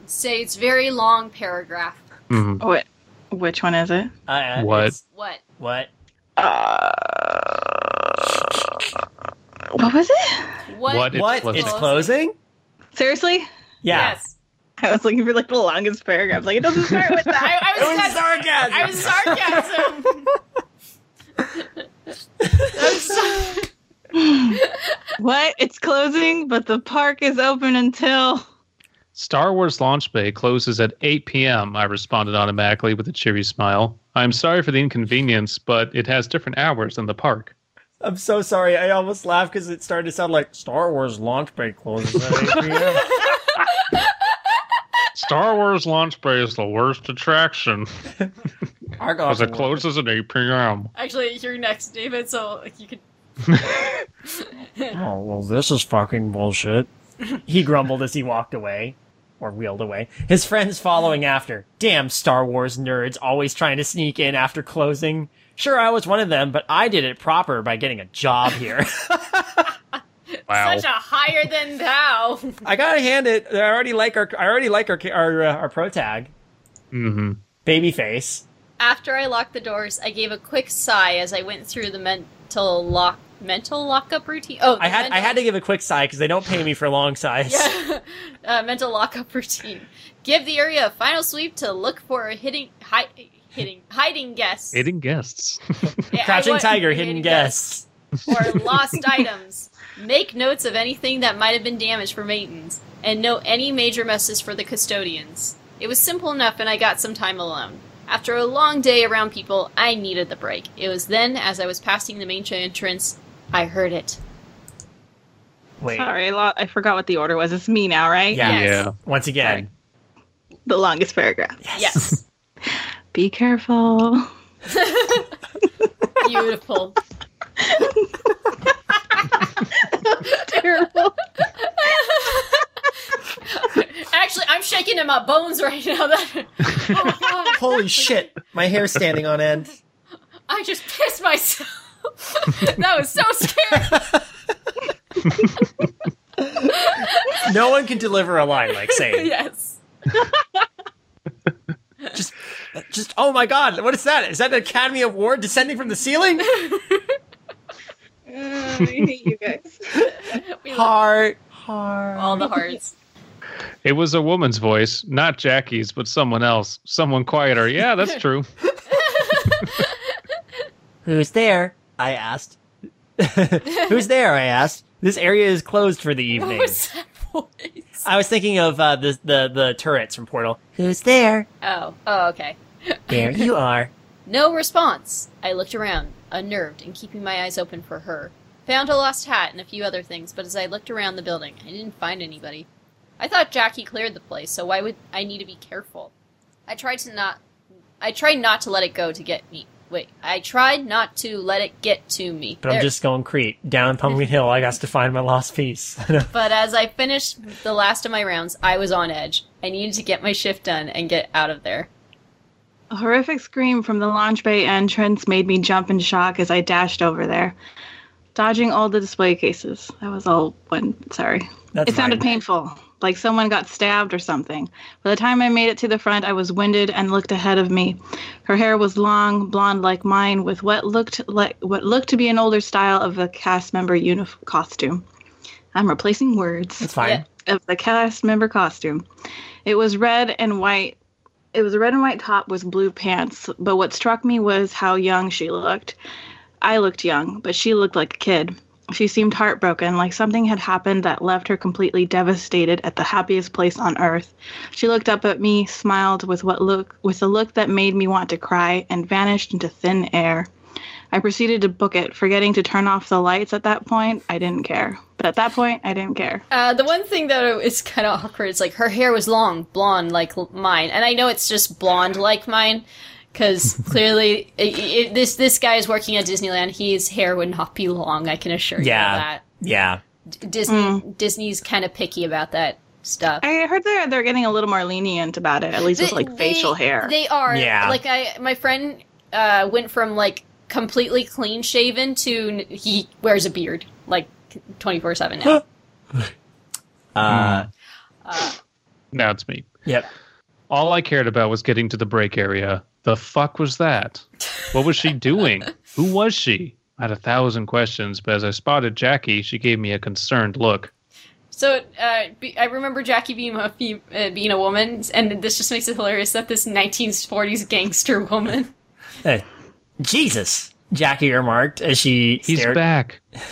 Speaker 2: Say it's very long paragraph.
Speaker 1: Mhm.
Speaker 3: Oh, wait, which one is it?
Speaker 4: Uh, Uh,
Speaker 1: What?
Speaker 4: it's-
Speaker 2: What?
Speaker 4: What?
Speaker 3: Uh, what was it?
Speaker 1: What?
Speaker 2: What?
Speaker 1: It's
Speaker 4: what?
Speaker 1: closing.
Speaker 4: It's closing?
Speaker 3: Seriously?
Speaker 4: Yeah.
Speaker 2: Yes.
Speaker 3: I was looking for like the longest paragraph. Like it doesn't start with that.
Speaker 2: I, I
Speaker 4: It
Speaker 2: was, kinda-
Speaker 4: was
Speaker 2: I
Speaker 4: sarcasm.
Speaker 2: was sarcasm. I'm so-
Speaker 3: <laughs> what? It's closing, but the park is open until.
Speaker 1: Star Wars Launch Bay closes at 8 p.m. I responded automatically with a cheery smile. I'm sorry for the inconvenience, but it has different hours than the park.
Speaker 4: <laughs> I'm so sorry. I almost laughed because it started to sound like Star Wars launch bay closes at 8 p.m.
Speaker 1: Star Wars Launch Bay is the worst attraction
Speaker 4: I got
Speaker 1: because <laughs> it
Speaker 4: to-
Speaker 1: closes at 8 p.m.
Speaker 2: <laughs> Actually, you're next, David, so you could.
Speaker 4: Oh, well, this is fucking bullshit. he grumbled as he walked away. Or wheeled away. His friends following after. Damn Star Wars nerds always trying to sneak in after closing. Sure, I was one of them, but I did it proper by getting a job here. <laughs>
Speaker 1: Wow.
Speaker 2: Such a higher than thou. <laughs>
Speaker 4: I gotta hand it. I already like our. I already like our ca- our uh, our pro tag,
Speaker 1: mm-hmm.
Speaker 4: babyface.
Speaker 2: After I locked the doors, I gave a quick sigh as I went through the mental lock mental lockup routine. Oh,
Speaker 4: I had I had to give a quick sigh because they don't pay me for long
Speaker 2: <laughs>
Speaker 4: sighs.
Speaker 2: yeah, uh, mental lockup routine. Give the area a final sweep to look for a hitting hi, hitting hiding guests,
Speaker 1: Aiding guests. <laughs>
Speaker 2: Yeah, I
Speaker 4: <laughs> Crouching
Speaker 2: want-
Speaker 4: tiger, hidden guests.
Speaker 2: or lost items. Make notes of anything that might have been damaged for maintenance, and note any major messes for the custodians. It was simple enough, and I got some time alone. After a long day around people, I needed the break. It was then, as I was passing the main entrance, I heard it.
Speaker 4: Wait,
Speaker 3: Sorry, lo- I forgot what the order was. It's me now, right?
Speaker 4: Yeah.
Speaker 2: Yes.
Speaker 1: Yeah.
Speaker 4: once again,
Speaker 3: The longest paragraph.
Speaker 2: Yes.
Speaker 3: Be careful.
Speaker 2: Beautiful. <laughs>
Speaker 3: Terrible. <laughs>
Speaker 2: Actually, I'm shaking in my bones right now. <laughs> Oh, That
Speaker 4: holy shit, my hair's standing on end.
Speaker 2: I just pissed myself. <laughs> that was so scary.
Speaker 4: No one can deliver a line
Speaker 2: <laughs>
Speaker 4: like Sane.
Speaker 2: yes.
Speaker 4: Just, just oh my god, what is that? Is that an Academy Award descending from
Speaker 2: <laughs>
Speaker 4: the ceiling?
Speaker 3: Oh, I hate you guys.
Speaker 2: We love
Speaker 4: Heart, heart.
Speaker 2: all the hearts.
Speaker 1: It was a woman's voice, not Jackie's, but someone else. Someone quieter. Yeah, that's true.
Speaker 4: Who's there? I asked. <laughs> Who's there? I asked. This area is closed for the
Speaker 2: <laughs> What
Speaker 4: evening.
Speaker 2: was that voice?
Speaker 4: I was thinking of uh, the the the turrets from Portal. Who's there?
Speaker 2: Oh, oh, okay. <laughs>
Speaker 4: There you are.
Speaker 2: No response. I looked around, unnerved and keeping my eyes open for her. Found a lost hat and a few other things, but as I looked around the building, I didn't find anybody. I thought Jackie cleared the place, so why would I need to be careful? I tried to not I tried not to let it go to get me. Wait, I tried not to let it get to me.
Speaker 4: But I'm
Speaker 2: There.
Speaker 4: just going Crete down Pumpkin Hill. I got to find my lost piece. <laughs>
Speaker 2: But as I finished the last of my rounds, I was on edge. I needed to get my shift done and get out of there.
Speaker 3: A horrific scream from the lounge bay entrance made me jump in shock as I dashed over there, dodging all the display cases. That was all one. Sorry.
Speaker 4: That's
Speaker 3: it sounded
Speaker 4: fine.
Speaker 3: painful, like someone got stabbed or something. By the time I made it to the front, I was winded and looked ahead of me. Her hair was long, blonde like mine, with what looked like what looked to be an older style of a cast member unif- costume. I'm replacing words
Speaker 4: It's fine.
Speaker 2: Yeah.
Speaker 3: of the cast member costume. It was red and white. It was a red and white top with blue pants, but what struck me was how young she looked. I looked young, but she looked like a kid. She seemed heartbroken, like something had happened that left her completely devastated at the happiest place on earth. She looked up at me, smiled with what look with a look that made me want to cry, and vanished into thin air. I proceeded to book it, forgetting to turn off the lights at that point. I didn't care. But at that point, I didn't care.
Speaker 2: Uh, the one thing that is kind of awkward is like her hair was long, blonde like l- mine, and I know it's just blonde like mine
Speaker 4: <laughs>
Speaker 2: because clearly i i this this guy is working at Disneyland. His hair would not be long. I can assure
Speaker 4: Yeah.
Speaker 2: you of that.
Speaker 4: Yeah.
Speaker 2: D- Disney Disney's kind of picky about that stuff.
Speaker 3: Mm. I heard they're they're getting a little more lenient about it, at least with
Speaker 2: They-
Speaker 3: like facial
Speaker 2: they-
Speaker 3: hair. <laughs>
Speaker 2: They are.
Speaker 4: Yeah.
Speaker 2: Like I, my friend uh, went from like completely clean shaven to n- he wears a beard like twenty four seven
Speaker 4: <laughs>
Speaker 2: now.
Speaker 4: Uh,
Speaker 1: Now it's me.
Speaker 4: Yep.
Speaker 1: All I cared about was getting to the break area. The fuck was that? What was she doing? Who was she? I had a thousand questions, but as I spotted Jackie, she gave me a concerned look.
Speaker 2: So uh, be, I remember Jackie being a fe- uh, being a woman, and this just makes it hilarious that this 1940s gangster woman.
Speaker 4: Hey. Jesus. Jackie remarked as she
Speaker 1: He's
Speaker 4: stared.
Speaker 1: back.
Speaker 2: <laughs>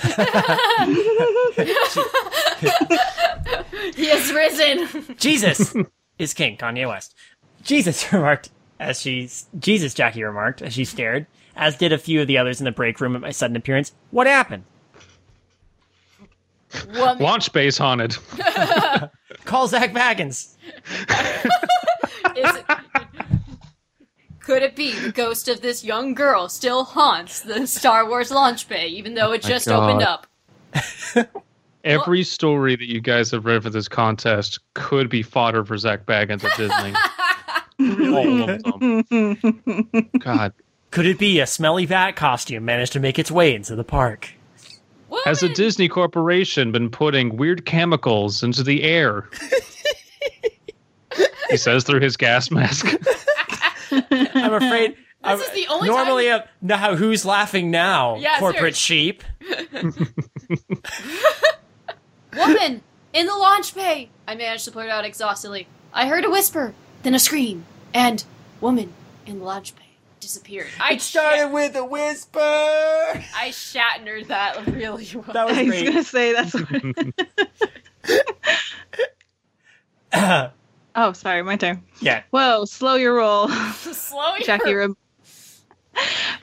Speaker 2: he has <laughs> risen.
Speaker 4: <laughs> Jesus is king, Kanye West. Jesus <laughs> remarked as she. Jesus, Jackie remarked as she stared, as did a few of the others in the break room at my sudden appearance. What happened?
Speaker 2: woman.
Speaker 1: Launch base haunted.
Speaker 4: Call Zach Baggins.
Speaker 2: Is it- <laughs> could it be the ghost of this young girl still haunts the Star Wars launch bay, even though it
Speaker 1: my
Speaker 2: just
Speaker 1: God.
Speaker 2: opened up?
Speaker 1: Every story that you guys have read for this contest could be fodder for Zach Baggins at Disney. All of them. God.
Speaker 4: Could it be a smelly bat costume managed to make its way into the park?
Speaker 2: Woman!
Speaker 1: Has the Disney Corporation been putting weird chemicals into the air? he says through his gas mask. <laughs>
Speaker 4: <laughs> I'm afraid. I'm-
Speaker 2: is the only
Speaker 4: normally time... now who's laughing now?
Speaker 2: Yeah,
Speaker 4: corporate
Speaker 2: serious.
Speaker 4: sheep.
Speaker 2: Woman in the launch bay. I managed to blurt out exhaustedly. I heard a whisper, then a scream, and woman in the launch bay disappeared. I shat-
Speaker 4: with a whisper. <laughs> That
Speaker 2: I shattered that <laughs> really well. <laughs>
Speaker 4: was
Speaker 3: I was
Speaker 4: great.
Speaker 3: gonna say that's. <laughs> oh, sorry, my turn.
Speaker 4: Yeah.
Speaker 3: Whoa, slow your roll, <laughs>
Speaker 2: <laughs> Slow your-
Speaker 3: Jackie. Re-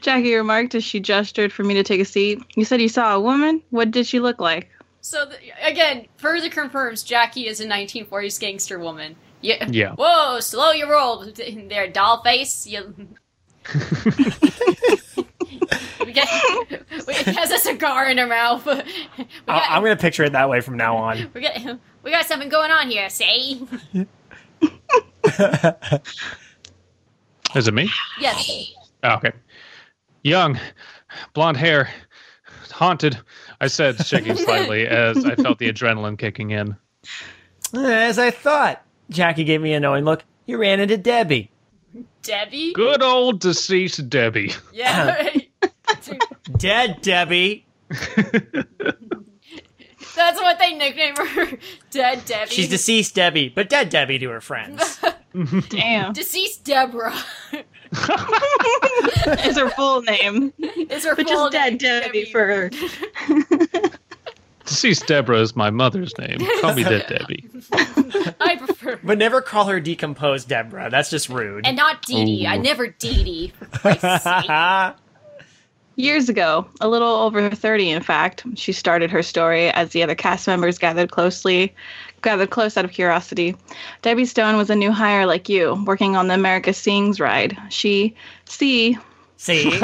Speaker 3: Jackie remarked as she gestured for me to take a seat. You said you saw a woman. What did she look like?
Speaker 2: So the, again, further confirms Jackie is a 1940s gangster woman. Yeah.
Speaker 1: Yeah.
Speaker 2: Whoa, slow your roll <laughs> in there, doll face. You. <laughs> we get, we, it has a cigar in her mouth. <laughs> We
Speaker 4: I-
Speaker 2: got,
Speaker 4: I'm gonna picture it that way from now on.
Speaker 2: we, got, we got something going on here, see?
Speaker 1: Is it me?
Speaker 2: Yes.
Speaker 1: Oh, okay. Young, blonde hair, haunted. I said, shaking slightly as I felt the adrenaline kicking in.
Speaker 4: As I thought, Jackie gave me a knowing look. You ran into Debbie.
Speaker 2: Debbie?
Speaker 1: Good old deceased Debbie.
Speaker 2: Yeah.
Speaker 4: <laughs>
Speaker 2: right.
Speaker 4: Dead Debbie.
Speaker 2: <laughs> That's what they nickname her. Dead Debbie.
Speaker 4: She's deceased Debbie, but dead Debbie to
Speaker 2: <laughs>
Speaker 4: her friends.
Speaker 3: Damn,
Speaker 2: Deceased Deborah <laughs>
Speaker 3: is her full name,
Speaker 2: is her
Speaker 3: but
Speaker 2: full
Speaker 3: just dead
Speaker 2: name,
Speaker 3: Debbie for her.
Speaker 1: Deceased Deborah is my mother's name. Call me Dead Debbie.
Speaker 2: I
Speaker 4: <laughs>
Speaker 2: prefer.
Speaker 4: But never call her decomposed <laughs> Deborah. That's just rude.
Speaker 2: And not Dee Dee. I
Speaker 1: Ooh.
Speaker 4: <laughs>
Speaker 2: never Dee Dee. for Christ's sake.
Speaker 3: Years ago, a little over 30 in fact, she started her story as the other cast members gathered closely, gathered close out of curiosity. Debbie Stone was a new hire like you, working on the America Sings ride. She, see,
Speaker 4: See?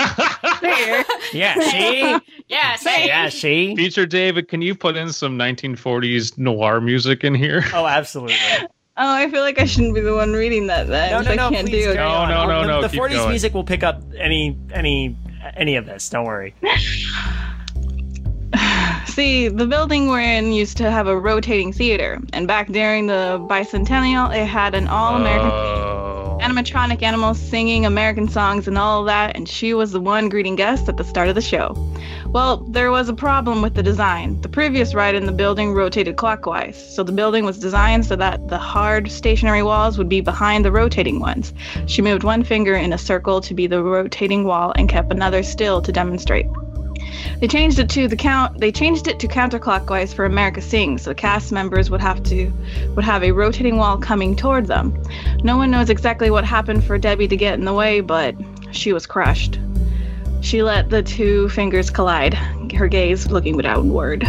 Speaker 3: there,
Speaker 4: Yeah,
Speaker 2: <laughs>
Speaker 4: she.
Speaker 2: Yeah, say.
Speaker 4: Yeah, she.
Speaker 1: Feature David, can you put in some 1940s noir music in here?
Speaker 4: Oh, absolutely.
Speaker 3: <laughs> Oh, I feel like I shouldn't be the one reading that then.
Speaker 4: No,
Speaker 3: if
Speaker 4: no,
Speaker 3: I
Speaker 4: no.
Speaker 3: can't
Speaker 4: please
Speaker 3: do it.
Speaker 4: carry on.
Speaker 1: No, no, no,
Speaker 4: The-
Speaker 1: no,
Speaker 4: The
Speaker 1: keep
Speaker 4: 40s
Speaker 1: going.
Speaker 4: music will pick up any, any, any of this. Don't worry.
Speaker 3: See, the building we're in used to have a rotating theater, and back during the bicentennial, it had an all American
Speaker 1: Oh.
Speaker 3: animatronic animals singing American songs and all that, and she was the one greeting guests at the start of the show. Well, there was a problem with the design. The previous ride in the building rotated clockwise, so the building was designed so that the hard stationary walls would be behind the rotating ones. She moved one finger in a circle to be the rotating wall and kept another still to demonstrate. They changed it to the count. They changed it to counterclockwise for America Sings, so cast members would have to would have a rotating wall coming toward them. No one knows exactly what happened for Debbie to get in the way, but she was crushed. She let the two fingers collide, her gaze looking downward.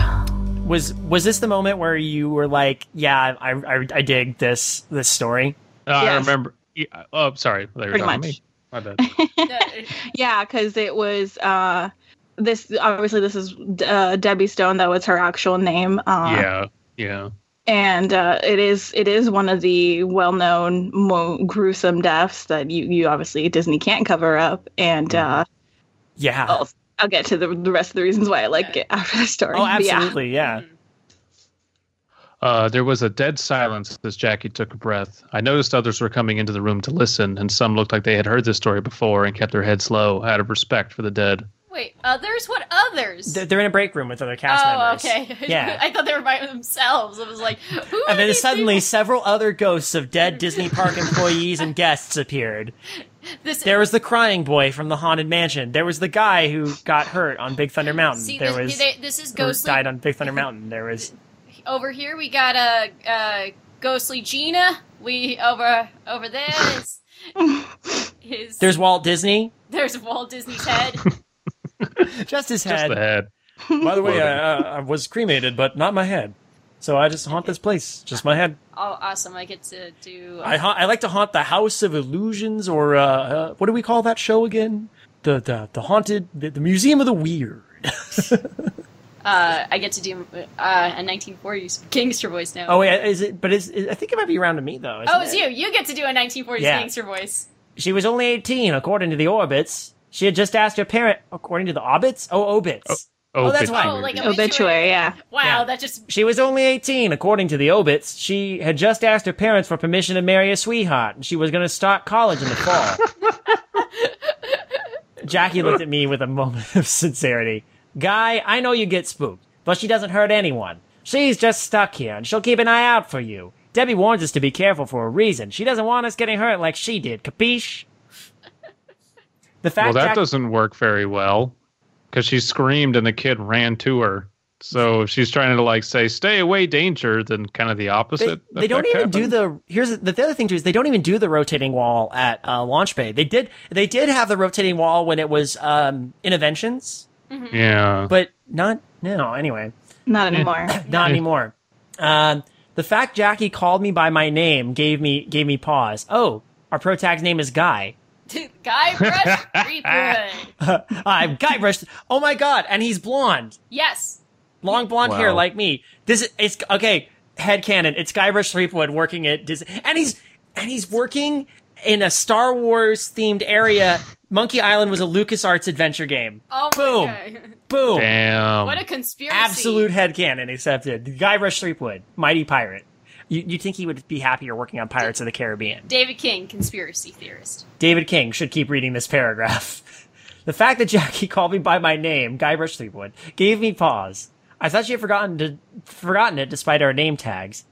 Speaker 4: Was was this the moment where you were like, "Yeah, I I, I dig this this story"?
Speaker 1: Uh, I
Speaker 3: Yes.
Speaker 1: remember. yeah, Oh, sorry. They were
Speaker 3: Pretty
Speaker 1: talking to
Speaker 3: much. Uh-huh.
Speaker 1: me. My bad.
Speaker 2: hmm.
Speaker 3: Yeah, because it was uh, this. Obviously, this is uh, Debbie Stone. That was her actual name. Uh,
Speaker 1: yeah. Yeah.
Speaker 3: and uh, it is it is one of the well-known mo- gruesome deaths that you you obviously Disney can't cover up. And uh,
Speaker 4: Yeah.
Speaker 3: I'll, I'll get to the, the rest of the reasons why I like it after the story.
Speaker 4: Oh,
Speaker 3: But yeah.
Speaker 4: absolutely. Yeah.
Speaker 2: Mm.
Speaker 1: Uh, there was a dead silence as Jackie took a breath. I noticed others were coming into the room to listen, and some looked like they had heard this story before and kept their heads low out of respect for the dead.
Speaker 2: Wait, others? What others?
Speaker 4: They're, they're in a break room with other cast
Speaker 2: oh,
Speaker 4: members.
Speaker 2: okay. <laughs>
Speaker 4: Yeah.
Speaker 2: I thought they were by themselves. I was like, who are
Speaker 4: And then
Speaker 2: these
Speaker 4: suddenly,
Speaker 2: people?
Speaker 4: several other ghosts of dead Disney Park employees and guests appeared.
Speaker 2: This,
Speaker 4: There was the crying boy from the haunted mansion. There was the guy who got hurt on Big Thunder Mountain.
Speaker 2: see,
Speaker 4: there
Speaker 2: this,
Speaker 4: was
Speaker 2: they- this is
Speaker 4: or
Speaker 2: ghostly.
Speaker 4: died on Big Thunder Mountain.
Speaker 2: <laughs>
Speaker 4: There was
Speaker 2: Over here, we got a uh, uh, ghostly Gina. We over over there is, is
Speaker 4: there's Walt Disney,
Speaker 2: there's Walt Disney's
Speaker 4: <laughs>
Speaker 2: head.
Speaker 4: just his
Speaker 1: Just
Speaker 4: head.
Speaker 1: the head.
Speaker 4: By the way,
Speaker 1: Floating.
Speaker 4: I, I- I was cremated, but not my head. So I just haunt this place, just my head.
Speaker 2: Oh, awesome! I get to do.
Speaker 4: I ha- I like to haunt the House of Illusions, or uh, uh, what do we call that show again? The the the haunted the, the Museum of the Weird.
Speaker 2: Oh. uh, I get to do uh, a 1940s gangster voice now.
Speaker 4: Oh wait, is it? But is, is I think it might be around to me though. isn't
Speaker 2: Oh, it's
Speaker 4: it?
Speaker 2: you. You get to do a 1940s
Speaker 4: Yeah.
Speaker 2: gangster voice.
Speaker 4: She was only eighteen, according to the Orbits. She had just asked her parent, according to the Orbits. Oh, Obits. Oh, that's why.
Speaker 2: Oh, like a-
Speaker 3: Obituary, yeah.
Speaker 2: Wow,
Speaker 4: Yeah.
Speaker 2: that just <laughs>
Speaker 4: She was only 18, according to the Obits. She had just asked her parents for permission to marry a sweetheart, and she was going to start college in the fall. Jackie looked at me with a moment of sincerity. Guy, I know you get spooked, but she doesn't hurt anyone. She's just stuck here, and she'll keep an eye out for you. Debbie warns us to be careful for a reason. She doesn't want us getting hurt like she did, capiche? The fact
Speaker 1: Well, that
Speaker 4: Jack-
Speaker 1: doesn't work very well because she screamed and the kid ran to her. So if she's trying to like say "stay away, danger," then kind of the
Speaker 4: they,
Speaker 1: opposite.
Speaker 4: they don't
Speaker 1: effect
Speaker 4: even do
Speaker 1: happened.
Speaker 4: the here's the, the other thing too is they don't even do the rotating wall at uh, launch bay they did they did have the rotating wall when it was um interventions
Speaker 1: Yeah.
Speaker 4: but not now anyway
Speaker 3: Not anymore.
Speaker 4: not anymore um the fact jackie called me by my name gave me gave me pause oh our pro tag's name is guy <laughs>
Speaker 2: Guy Brush Creepwood.
Speaker 4: i'm guy brushed oh my god and he's blonde
Speaker 2: Yes.
Speaker 4: long blonde hair
Speaker 1: Wow.
Speaker 4: like me. This is it's okay. Headcanon. It's Guybrush Threepwood working at Disney, and he's and he's working in a Star Wars themed area. Monkey Island was a LucasArts adventure game.
Speaker 2: Oh
Speaker 4: Boom.
Speaker 2: my god.
Speaker 4: Boom.
Speaker 1: Damn.
Speaker 2: What a conspiracy.
Speaker 4: Absolute headcanon accepted. Guybrush Threepwood, mighty pirate. You, you'd think he would be happier working on Pirates of the Caribbean.
Speaker 2: David King, conspiracy theorist.
Speaker 4: David King should keep reading this paragraph. <laughs> the fact that Jackie called me by my name, Guybrush Threepwood, gave me pause. I thought she had forgotten to, forgotten it despite our name tags.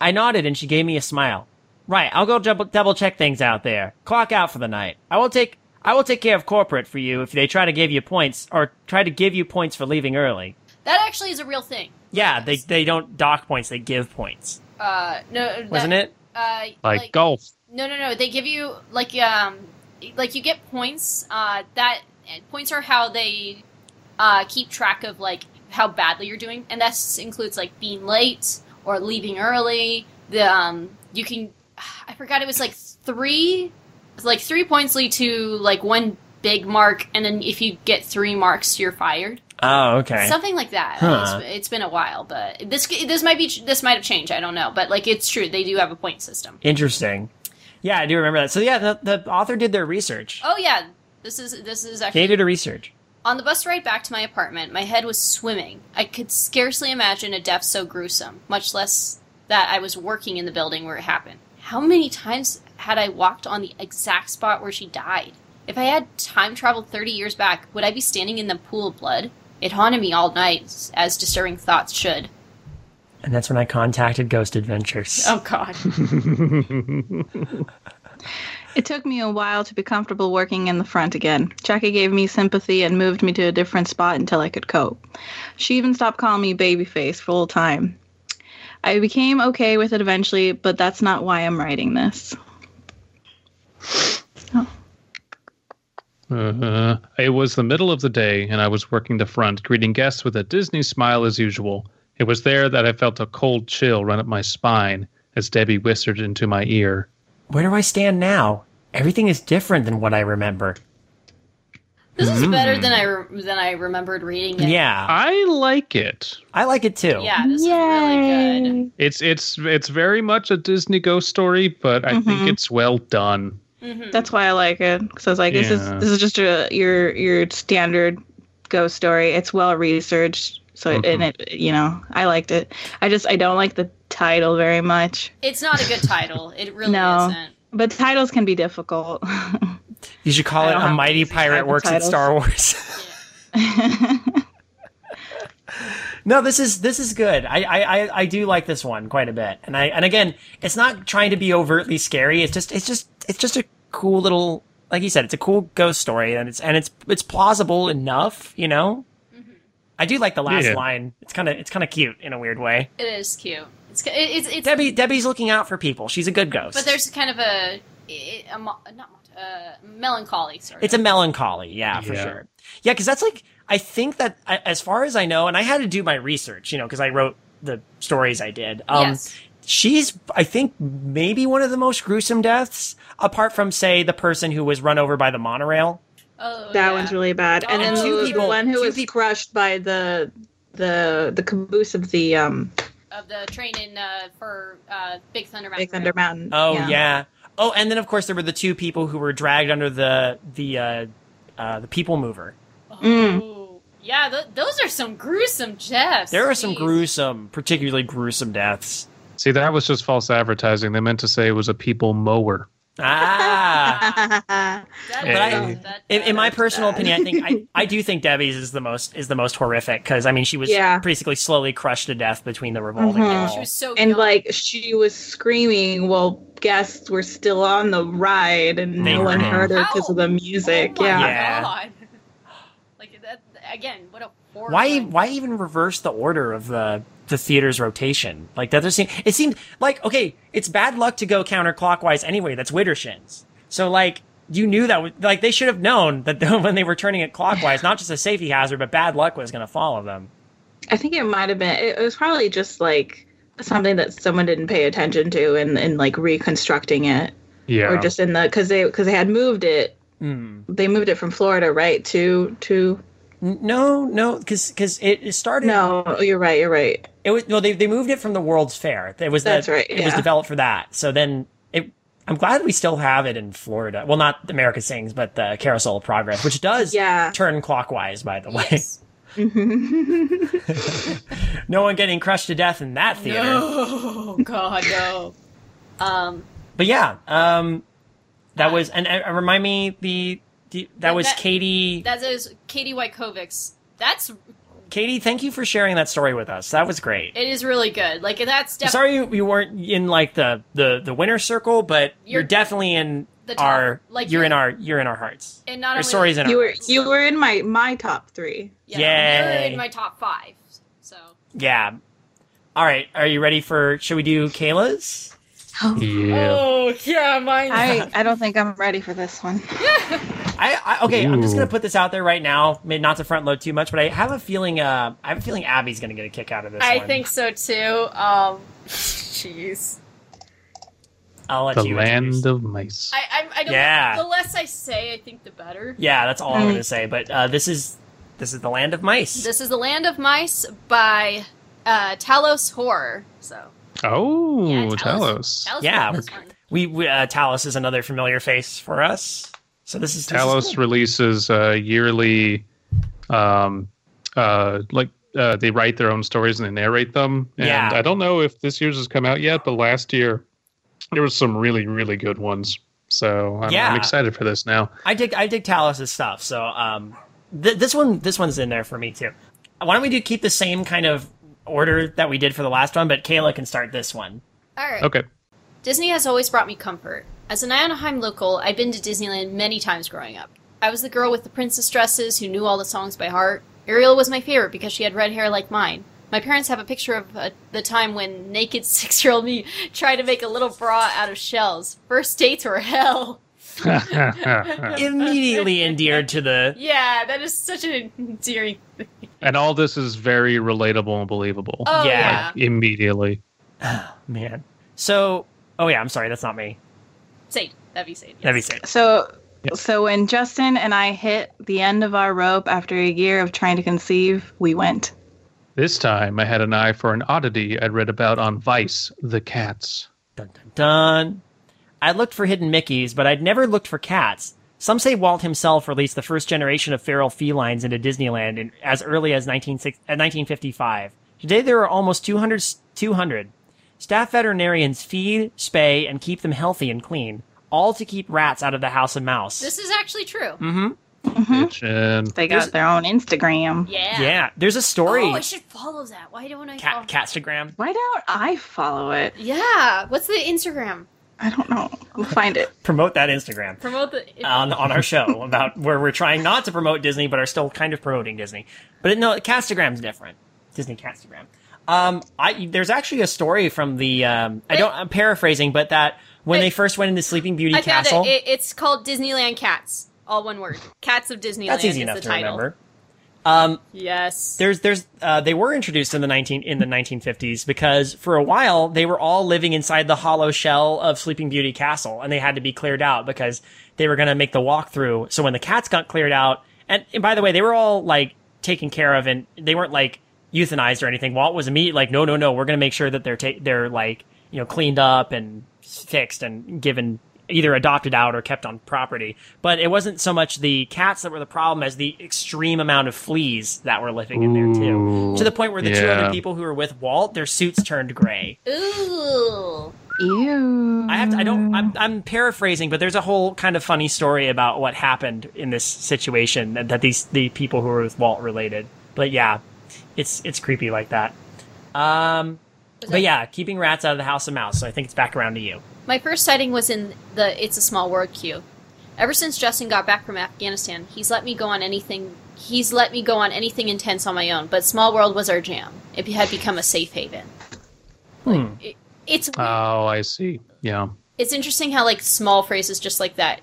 Speaker 4: I nodded and she gave me a smile. Right, I'll go double, double check things out there. Clock out for the night. I will take I will take care of corporate for you if they try to give you points or try to give you points for leaving early.
Speaker 2: That actually is a real thing.
Speaker 4: Yeah, they they don't dock points, they give points.
Speaker 2: Uh, no,
Speaker 4: Wasn't
Speaker 2: that-
Speaker 4: it?
Speaker 2: Uh,
Speaker 1: like, golf.
Speaker 2: no, no, no. They give you like um, like you get points. Uh, that and points are how they uh, keep track of like how badly you're doing, and that includes like being late or leaving early. The um, you can, I forgot it was like three, like three points lead to like one big mark, and then if you get three marks, you're fired.
Speaker 4: Oh, okay.
Speaker 2: Something like that.
Speaker 4: Huh.
Speaker 2: It's, it's been a while, but this this might be this might have changed. I don't know, but like it's true. They do have a point system.
Speaker 4: Interesting. Yeah, I do remember that. So yeah, the, the author did their research.
Speaker 2: Oh yeah, this is this is actually
Speaker 4: They did a research.
Speaker 2: On the bus ride back to my apartment, my head was swimming. I could scarcely imagine a death so gruesome, much less that I was working in the building where it happened. How many times had I walked on the exact spot where she died? If I had time traveled 30 years back, would I be standing in the pool of blood? It haunted me all night, as disturbing thoughts should.
Speaker 4: And that's when I contacted Ghost Adventures.
Speaker 3: Um,
Speaker 2: Oh, God.
Speaker 3: It took me a while to be comfortable working in the front again. Jackie gave me sympathy and moved me to a different spot until I could cope. She even stopped calling me babyface full time. I became okay with it eventually, but that's not why I'm writing this.
Speaker 1: Uh, it was the middle of the day, and I was working the front, greeting guests with a Disney smile as usual. It was there that I felt a cold chill run up my spine as Debbie whispered into my ear.
Speaker 4: Where do I stand now? Everything is different than what I remember.
Speaker 2: <laughs> This is better than I, re- than I remembered reading it.
Speaker 4: Yeah,
Speaker 1: I like it.
Speaker 4: I like it too.
Speaker 2: Yeah, this is really good.
Speaker 1: It's it's it's very much a Disney ghost story, but I think
Speaker 3: Mhm.
Speaker 1: it's well done.
Speaker 2: Mm-hmm.
Speaker 3: That's why I like it because I was like, this
Speaker 1: Yeah.
Speaker 3: is this is just a your your standard ghost story. It's well researched, so it, and it you know I liked it. I just I don't like the title very much,
Speaker 2: It's not a good title. It really
Speaker 3: No.
Speaker 2: isn't.
Speaker 3: but titles can be difficult. <laughs>
Speaker 4: You should call
Speaker 3: I
Speaker 4: it
Speaker 3: don't
Speaker 4: A
Speaker 3: have
Speaker 4: Mighty
Speaker 3: these type
Speaker 4: Pirate
Speaker 3: of
Speaker 4: Works at
Speaker 3: titles.
Speaker 4: Star Wars. <laughs> No, this is this is good. I, I I I do like this one quite a bit. And I and again, it's not trying to be overtly scary. It's just it's just it's just a cool little like you said, it's a cool ghost story and it's and it's it's plausible enough, you know?
Speaker 2: Mm-hmm.
Speaker 4: I do like the last
Speaker 1: Yeah.
Speaker 4: line. It's kind of it's kind of cute in a weird way.
Speaker 2: It is cute. It's it, it's it's
Speaker 4: Debbie Debbie's looking out for people. She's a good ghost.
Speaker 2: but there's kind of a, a, a mo- not mo- uh, melancholy sort
Speaker 4: It's a
Speaker 2: of.
Speaker 4: melancholy, yeah, for
Speaker 1: Yeah.
Speaker 4: sure. Yeah, because that's like I think that I- as far as I know, and I had to do my research, you know, because I wrote the stories I did. Um,
Speaker 2: Yes.
Speaker 4: She's, I think, maybe one of the most gruesome deaths, apart from say the person who was run over by the monorail.
Speaker 2: oh,
Speaker 3: that
Speaker 2: yeah.
Speaker 3: one's really bad. And then
Speaker 2: And two
Speaker 3: the,
Speaker 4: people-
Speaker 3: the one
Speaker 4: Oh, two
Speaker 3: who was
Speaker 4: people-
Speaker 3: crushed by the the the caboose of the um
Speaker 2: of the train in uh, for uh, Big Thunder Mountain.
Speaker 3: Big Thunder Mountain.
Speaker 4: Oh yeah. Oh, and then of course there were the two people who were dragged under the the uh, uh, the people mover.
Speaker 2: Mountain.
Speaker 3: Mm.
Speaker 2: Oh, yeah. Th- those are some gruesome deaths.
Speaker 4: There are some
Speaker 2: Jeez.
Speaker 4: gruesome, particularly gruesome deaths.
Speaker 1: See, that was just false advertising. They meant to say it was a people mower.
Speaker 4: Ah.
Speaker 2: That
Speaker 1: But
Speaker 2: is-
Speaker 1: I-
Speaker 2: that-
Speaker 4: In, in my
Speaker 3: That's
Speaker 4: personal
Speaker 3: bad.
Speaker 4: opinion, I think I,
Speaker 3: <laughs>
Speaker 4: I do think Debbie's is the most is the most horrific because I mean she was
Speaker 3: Yeah.
Speaker 4: basically slowly crushed to death between the revolving
Speaker 3: Mhm.
Speaker 4: wall.
Speaker 2: she was so
Speaker 3: <laughs> and
Speaker 2: young.
Speaker 3: like she was screaming while guests were still on the ride and
Speaker 4: They
Speaker 3: no one
Speaker 4: heard
Speaker 3: heard
Speaker 2: her.
Speaker 3: her because of the music
Speaker 2: Oh my
Speaker 3: yeah.
Speaker 4: Yeah.
Speaker 2: God. <laughs> like that again. What a horror.
Speaker 4: why why even reverse the order of the the theater's rotation? Like that doesn't seem it seemed like okay, it's bad luck to go counterclockwise anyway. That's Wittershins. So like you knew that w- like they should have known that <laughs> when they were turning it clockwise, not just a safety hazard, but bad luck was going to follow them.
Speaker 3: i think it might have been it, it was probably just like something that someone didn't pay attention to and, and like reconstructing it
Speaker 1: Yeah.
Speaker 3: or just in the because they because they had moved it
Speaker 4: Hmm.
Speaker 3: they moved it from florida right to to
Speaker 4: N- No, no, because it, it started.
Speaker 3: no you're right you're right
Speaker 4: It was no, they they moved it from the World's Fair. It was the-
Speaker 3: That's right,
Speaker 4: It was
Speaker 3: yeah.
Speaker 4: developed for that. So then it. I'm glad we still have it in Florida. Well, not America Sings, but the Carousel of Progress, which does
Speaker 3: Yeah.
Speaker 4: turn clockwise. By the way,
Speaker 2: Yes.
Speaker 4: <laughs>
Speaker 3: Mm-hmm.
Speaker 4: no one getting crushed to death in that theater.
Speaker 2: No, Oh, God, no. Um,
Speaker 4: But yeah, um, that was and uh, remind me the, the that
Speaker 2: That-
Speaker 4: was
Speaker 2: that-
Speaker 4: Katie.
Speaker 2: that is Katie Wykovic's. That's
Speaker 4: Katie, thank you for sharing that story with us. That was great.
Speaker 2: it is really good. Like that's
Speaker 4: I'm
Speaker 2: def-
Speaker 4: sorry you, you weren't in like the the the winner circle, but you're,
Speaker 2: You're-
Speaker 4: definitely in
Speaker 2: the top-
Speaker 4: our
Speaker 2: like,
Speaker 4: you're in
Speaker 2: you're-
Speaker 4: our you're in our hearts.
Speaker 2: and not
Speaker 4: Our
Speaker 2: only
Speaker 4: stories in our
Speaker 3: you were
Speaker 4: hearts.
Speaker 3: you were in my my top three
Speaker 2: yeah,
Speaker 4: Yay.
Speaker 2: you're in my top five. So
Speaker 4: Yeah. All right. Are you ready for? Should we do Kayla's?
Speaker 1: yeah.
Speaker 2: oh yeah, mine.
Speaker 4: <laughs>
Speaker 3: i i don't think i'm ready for this one
Speaker 4: I, I okay. I'm just
Speaker 1: Ooh.
Speaker 4: gonna put this out there right now, may- not to front load too much, but I have a feeling. Uh, I have a feeling Abby's gonna get a kick out of this.
Speaker 2: I
Speaker 4: one.
Speaker 2: think so too. Um, <laughs> jeez.
Speaker 4: I'll let
Speaker 1: The
Speaker 4: you
Speaker 1: land
Speaker 4: introduce.
Speaker 1: of mice.
Speaker 2: I, I, I don't.
Speaker 4: Yeah.
Speaker 2: The less I say, I think the better.
Speaker 4: Yeah, that's all I'm
Speaker 3: Mm.
Speaker 4: gonna say. But uh, this is this is the land of mice.
Speaker 2: This is the Land of Mice by uh, Talos Horror. So
Speaker 1: oh,
Speaker 2: Yeah,
Speaker 1: Talos.
Speaker 2: Talos.
Speaker 1: Talos,
Speaker 2: Talos
Speaker 4: Yeah,
Speaker 2: wrote this one.
Speaker 4: we, we uh, Talos is another familiar face for us. So this is this is cool.
Speaker 1: releases uh, yearly, um, uh, like uh, they write their own stories and they narrate them. And
Speaker 4: Yeah.
Speaker 1: I don't know if this year's has come out yet, but last year there was some really really good ones. So I'm,
Speaker 4: Yeah.
Speaker 1: I'm excited for this now.
Speaker 4: I dig I dig Talos' stuff. So um, th- this one this one's in there for me too. Why don't we do keep the same kind of order that we did for the last one? But Kayla can start this one.
Speaker 2: All right.
Speaker 1: Okay.
Speaker 2: Disney has always brought me comfort. As an Anaheim local, I've been to Disneyland many times growing up. I was the girl with the princess dresses who knew all the songs by heart. Ariel was my favorite because she had red hair like mine. My parents have a picture of uh, the time when naked <laughs> six year old me tried to make a little bra out of shells. First dates were <laughs> hell.
Speaker 4: Immediately endeared to the
Speaker 2: Yeah, that is such an endearing.
Speaker 1: <laughs> and all this is very relatable and believable.
Speaker 2: Oh,
Speaker 4: Yeah.
Speaker 2: yeah.
Speaker 1: Immediately.
Speaker 4: man. So oh yeah, I'm sorry, that's not me.
Speaker 2: Sade. That'd be Sade.
Speaker 4: That'd be Sam.
Speaker 3: So,
Speaker 1: Yeah.
Speaker 3: so when Justin and I hit the end of our rope after a year of trying to conceive, we went.
Speaker 1: This time I had an eye for an oddity I'd read about on Vice, the cats.
Speaker 4: Dun dun dun. I looked for hidden Mickeys, but I'd never looked for cats. Some say Walt himself released the first generation of feral felines into Disneyland in, as early as 19, six- uh, 1955. Today there are almost 200, s- 200. Staff veterinarians feed, spay, and keep them healthy and clean, all to keep rats out of the house and mouse.
Speaker 2: This is actually true.
Speaker 4: mm-hmm.
Speaker 3: Mhm.
Speaker 1: Kitchen.
Speaker 3: They got
Speaker 4: There's-
Speaker 3: their own Instagram.
Speaker 2: Yeah.
Speaker 4: Yeah. there's a story.
Speaker 2: Oh, I should follow that. Why don't I follow?
Speaker 4: Cat, Catstagram.
Speaker 3: Why don't I follow it?
Speaker 2: Yeah. What's the Instagram?
Speaker 3: I don't know. We'll find it.
Speaker 4: Promote that Instagram.
Speaker 2: Promote the.
Speaker 4: on
Speaker 2: <laughs>
Speaker 4: on our show about where we're trying not to promote Disney, but are still kind of promoting Disney. But no, Castagram's different. Disney Castagram. Um, I there's actually a story from the um, I don't I'm paraphrasing, but that when
Speaker 2: Wait.
Speaker 4: they first went into Sleeping Beauty
Speaker 2: I found
Speaker 4: Castle,
Speaker 2: it. it. It's called Disneyland Cats. All one word. Cats of Disneyland.
Speaker 4: that's easy
Speaker 2: is
Speaker 4: enough
Speaker 2: the
Speaker 4: to
Speaker 2: title.
Speaker 4: remember. Um,
Speaker 2: Yes.
Speaker 4: there's there's uh, they were introduced in the 19 in the 1950s because for a while they were all living inside the hollow shell of Sleeping Beauty Castle and they had to be cleared out because they were going to make the walkthrough. So when the cats got cleared out, and, and by the way, they were all like taken care of and they weren't like euthanized or anything. Walt was immediately like, no, no, no, we're going to make sure that they're ta- they're like you know cleaned up and fixed and given either adopted out or kept on property. But it wasn't so much the cats that were the problem as the extreme amount of fleas that were living in there too.
Speaker 1: Ooh,
Speaker 4: To the point where the two
Speaker 1: yeah.
Speaker 4: other people who were with Walt, their suits turned gray.
Speaker 2: Ooh.
Speaker 3: Ew.
Speaker 4: I have to, I don't I'm, I'm paraphrasing, but there's a whole kind of funny story about what happened in this situation that, that these the people who were with Walt related. But yeah, it's it's creepy like that. Um
Speaker 2: Was
Speaker 4: but
Speaker 2: that-
Speaker 4: yeah, keeping rats out of the house of mouse. So I think it's back around to you.
Speaker 2: My first sighting was in the It's a Small World queue. Ever since Justin got back from Afghanistan, he's let me go on anything. He's let me go on anything intense on my own, but Small World was our jam. It had become a safe haven.
Speaker 4: Hmm.
Speaker 2: It, it's weird.
Speaker 1: Oh, I see. Yeah.
Speaker 2: it's interesting how like small phrases just like that.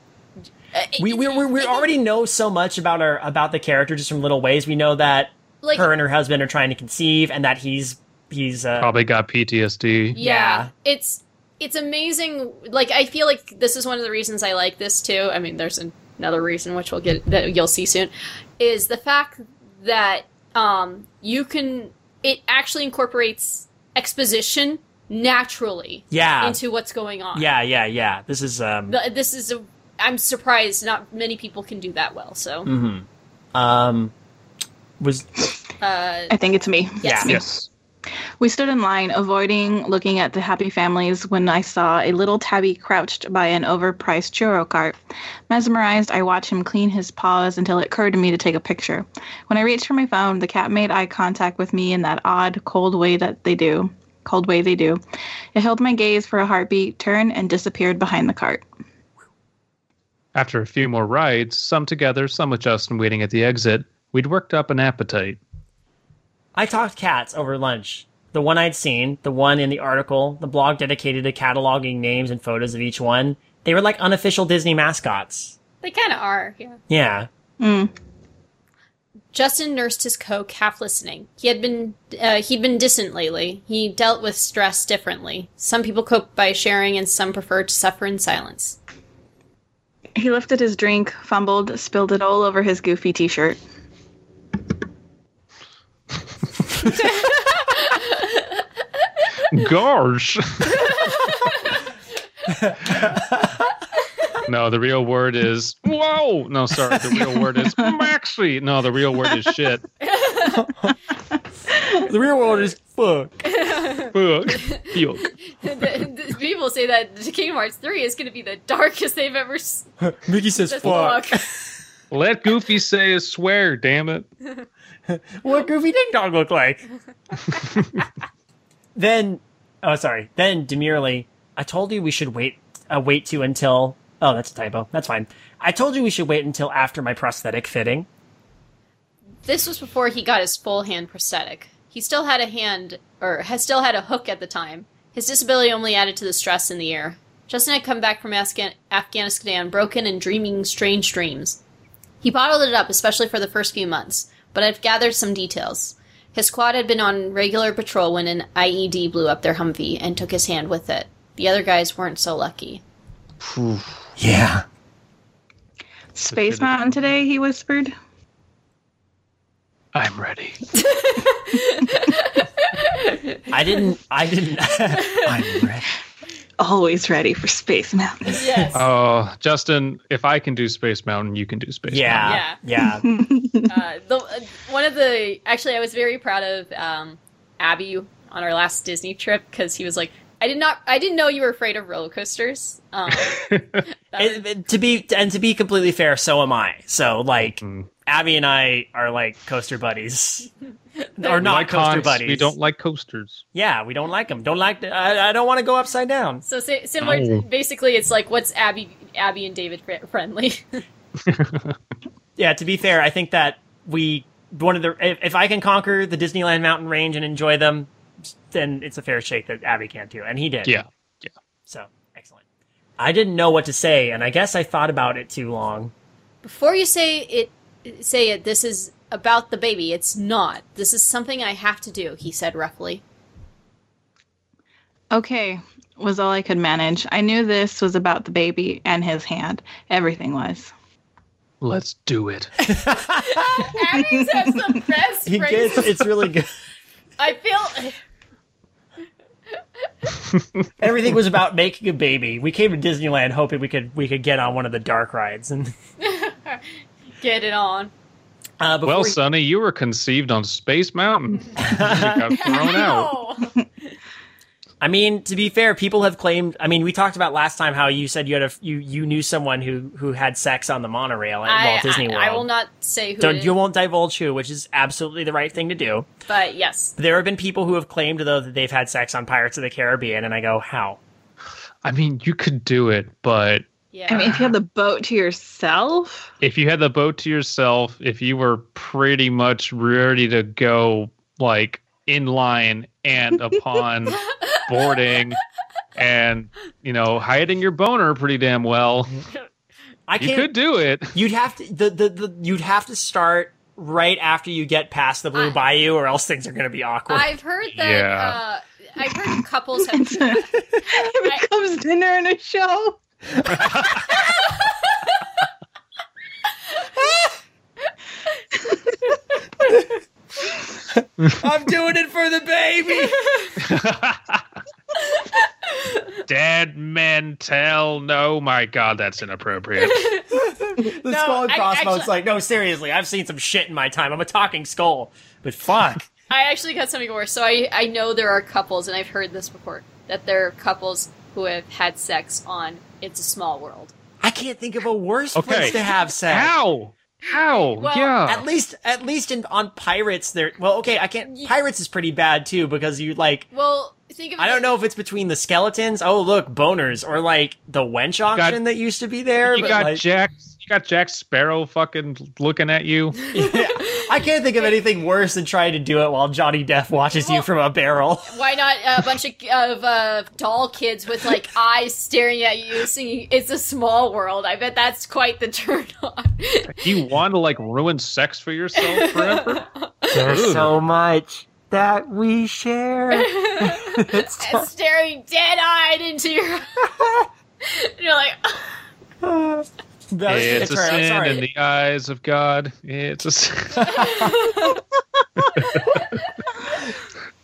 Speaker 2: uh,
Speaker 4: we we we we already know so much about our about the character just from little ways. We know that
Speaker 2: like
Speaker 4: her and her husband are trying to conceive, and that he's he's uh,
Speaker 1: Probably got PTSD.
Speaker 2: yeah, it's it's amazing like i feel like this is one of the reasons i like this too i mean there's an- another reason which we'll get that you'll see soon is the fact that um you can it actually incorporates exposition naturally
Speaker 4: yeah
Speaker 2: into what's going on
Speaker 4: yeah yeah yeah. This is um
Speaker 2: Th- this is a i'm surprised not many people can do that well so
Speaker 4: mhm. um was
Speaker 2: uh
Speaker 3: I think it's me.
Speaker 4: yeah
Speaker 2: Yes.
Speaker 1: Yes.
Speaker 3: We stood in line, avoiding looking at the happy families when I saw a little tabby crouched by an overpriced churro cart. Mesmerized, I watched him clean his paws until it occurred to me to take a picture. When I reached for my phone, the cat made eye contact with me in that odd, cold way that they do. Cold way they do. It held my gaze for a heartbeat, turned, and disappeared behind the cart.
Speaker 1: After a few more rides, some together, some with Justin waiting at the exit, we'd worked up an appetite.
Speaker 4: I talked cats over lunch. The one I'd seen, the one in the article, the blog dedicated to cataloging names and photos of each one. They were like unofficial Disney mascots.
Speaker 2: They kind of are, yeah.
Speaker 4: Yeah.
Speaker 3: Mm.
Speaker 2: Justin nursed his coke, half listening. He had been uh, he'd been distant lately. He dealt with stress differently. Some people cope by sharing, and some prefer to suffer in silence.
Speaker 3: He lifted his drink, fumbled, spilled it all over his goofy t shirt.
Speaker 1: Gosh. no, the real word is whoa. No, sorry, the real word is maxi. No, the real word is shit.
Speaker 4: The real world is fuck.
Speaker 1: Fuck. Fuck.
Speaker 2: <laughs> The- the people say that Kingdom Hearts three is going to be the darkest they've ever s-
Speaker 4: <laughs> Mickey says fuck.
Speaker 2: look.
Speaker 1: Let Goofy say a swear. Damn it.
Speaker 4: What Goofy Ding Dong look like? <laughs> then, oh sorry. Then demurely, I told you we should wait. Uh, wait to until. Oh, that's a typo. That's fine. I told you we should wait until after my prosthetic fitting.
Speaker 2: This was before he got his full hand prosthetic. He still had a hand, or has still had a hook at the time. His disability only added to the stress in the air. Justin had come back from Afghan- Afghanistan broken and dreaming strange dreams. He bottled it up, especially for the first few months, but I've gathered some details. His squad had been on regular patrol when an IED blew up their Humvee and took his hand with it. The other guys weren't so lucky.
Speaker 4: Yeah.
Speaker 3: Space
Speaker 1: shitty-
Speaker 3: Mountain today, he whispered.
Speaker 1: I'm ready.
Speaker 4: I didn't. I didn't. <laughs> I'm ready.
Speaker 3: Always ready for
Speaker 2: <laughs>
Speaker 3: Space Mountain.
Speaker 2: Yes.
Speaker 1: Oh, Justin, if I can do Space Mountain, you can do Space Mountain.
Speaker 4: Yeah. Yeah.
Speaker 2: uh, the uh, one of the actually I was very proud of um, Abby on our last Disney trip because he was like I did not I didn't know you were afraid of roller coasters.
Speaker 4: <laughs>
Speaker 2: Um, that was-
Speaker 4: And- and to be and to be completely fair, so am I. So like,
Speaker 1: Mm.
Speaker 4: Abby and I are like coaster <laughs> buddies, or not
Speaker 1: Like
Speaker 4: coaster
Speaker 1: cons,
Speaker 4: buddies.
Speaker 1: We don't like coasters.
Speaker 4: Yeah, we don't like them. Don't like. I, I don't want to go upside down.
Speaker 2: so si- similar,
Speaker 1: Ow.
Speaker 2: basically, it's like what's Abby Abby and David fri friendly. <laughs>
Speaker 4: Yeah. To be fair, I think that we one of the if, if I can conquer the Disneyland mountain range and enjoy them, then it's a fair shake that Abby can too, and he did.
Speaker 1: Yeah.
Speaker 4: So excellent. I didn't know what to say, and I guess I thought about it too <laughs> long.
Speaker 2: Before you say it, say it. This is about the baby. It's not. This is something I have to do. He said <laughs> roughly.
Speaker 3: Okay, was all I could manage. I knew this was about the baby and his hand. Everything was.
Speaker 1: Let's do it.
Speaker 2: Abby's have some best
Speaker 4: He gets, it's really good.
Speaker 2: I feel.
Speaker 4: <laughs> Everything was about making a baby. We came to Disneyland hoping we could we could get on one of the dark rides, and
Speaker 2: Get it on.
Speaker 4: uh, before
Speaker 1: well,
Speaker 4: we-
Speaker 1: Sonny, you were conceived on Space
Speaker 4: <laughs>
Speaker 1: Mountain. you got thrown out.
Speaker 4: I mean, to be fair, people have claimed. I mean, we talked about last time how you said you had a you you knew someone who who had sex on the monorail at Walt Disney World.
Speaker 2: I, will not say who.
Speaker 4: Don't,
Speaker 2: it
Speaker 4: you
Speaker 2: is,
Speaker 4: won't divulge who, which is absolutely the right thing to do.
Speaker 2: but yes,
Speaker 4: There have been people who have claimed though that they've had sex on Pirates of the Caribbean, and I go, how?
Speaker 1: I mean, you could do it, but
Speaker 2: yeah.
Speaker 3: I mean, if you had the boat to <laughs> yourself,
Speaker 1: if you had the boat to yourself, if you were pretty much ready to go like in line
Speaker 4: <laughs>
Speaker 1: and upon boarding and you know hiding your boner pretty damn well,
Speaker 4: I
Speaker 1: you
Speaker 4: can't.
Speaker 1: could do it.
Speaker 4: You'd have to the, the the you'd have to start right after you get past the Blue
Speaker 2: I-
Speaker 4: Bayou, or else things are going to be awkward.
Speaker 2: I've heard that.
Speaker 1: Yeah.
Speaker 2: Uh, I've heard couples have.
Speaker 3: it becomes dinner and a show.
Speaker 4: <laughs> I'm doing it for the
Speaker 2: <laughs>
Speaker 4: baby.
Speaker 1: Dead men tell no. My God, that's
Speaker 4: <laughs>
Speaker 1: inappropriate.
Speaker 4: The
Speaker 2: No,
Speaker 4: skull and
Speaker 2: I-
Speaker 4: crossbones.
Speaker 2: actually-
Speaker 4: like, no, seriously, I've seen some shit in my time. I'm a talking skull, but fuck.
Speaker 2: I actually got something worse. So I I know there are couples, and I've heard this before that there are couples who have had sex on It's a Small World.
Speaker 4: I can't think of a worse
Speaker 1: Okay.
Speaker 4: place to have sex.
Speaker 1: How? How?
Speaker 2: Well,
Speaker 1: yeah.
Speaker 4: At least, at least in on pirates, there. Well, okay, I can't. Pirates is pretty bad too because you like.
Speaker 2: Well, think of.
Speaker 4: I
Speaker 2: it-
Speaker 4: don't know if it's between the skeletons. Oh, look, boners, or like the wench auction that used to be there.
Speaker 1: you
Speaker 4: but,
Speaker 1: got
Speaker 4: like,
Speaker 1: Jack you got Jack Sparrow fucking looking at you.
Speaker 4: I can't think of anything worse than trying to do it while Johnny Depp watches you from a barrel.
Speaker 2: Why not a bunch of, of uh, doll kids with
Speaker 4: <laughs>
Speaker 2: like eyes staring at you, singing "It's a Small World"? I bet that's quite the turn <laughs> on.
Speaker 1: You want to like ruin sex for yourself
Speaker 4: <laughs>
Speaker 1: forever?
Speaker 4: There's
Speaker 1: Ooh.
Speaker 4: so much that we <laughs> share.
Speaker 2: and staring dead eyed into
Speaker 4: <laughs>
Speaker 2: your. <laughs> And you're like,
Speaker 4: That was-
Speaker 1: it's a
Speaker 4: right, I'm
Speaker 1: sin
Speaker 4: sorry.
Speaker 1: in the eyes of God. It's a sin.
Speaker 4: <laughs>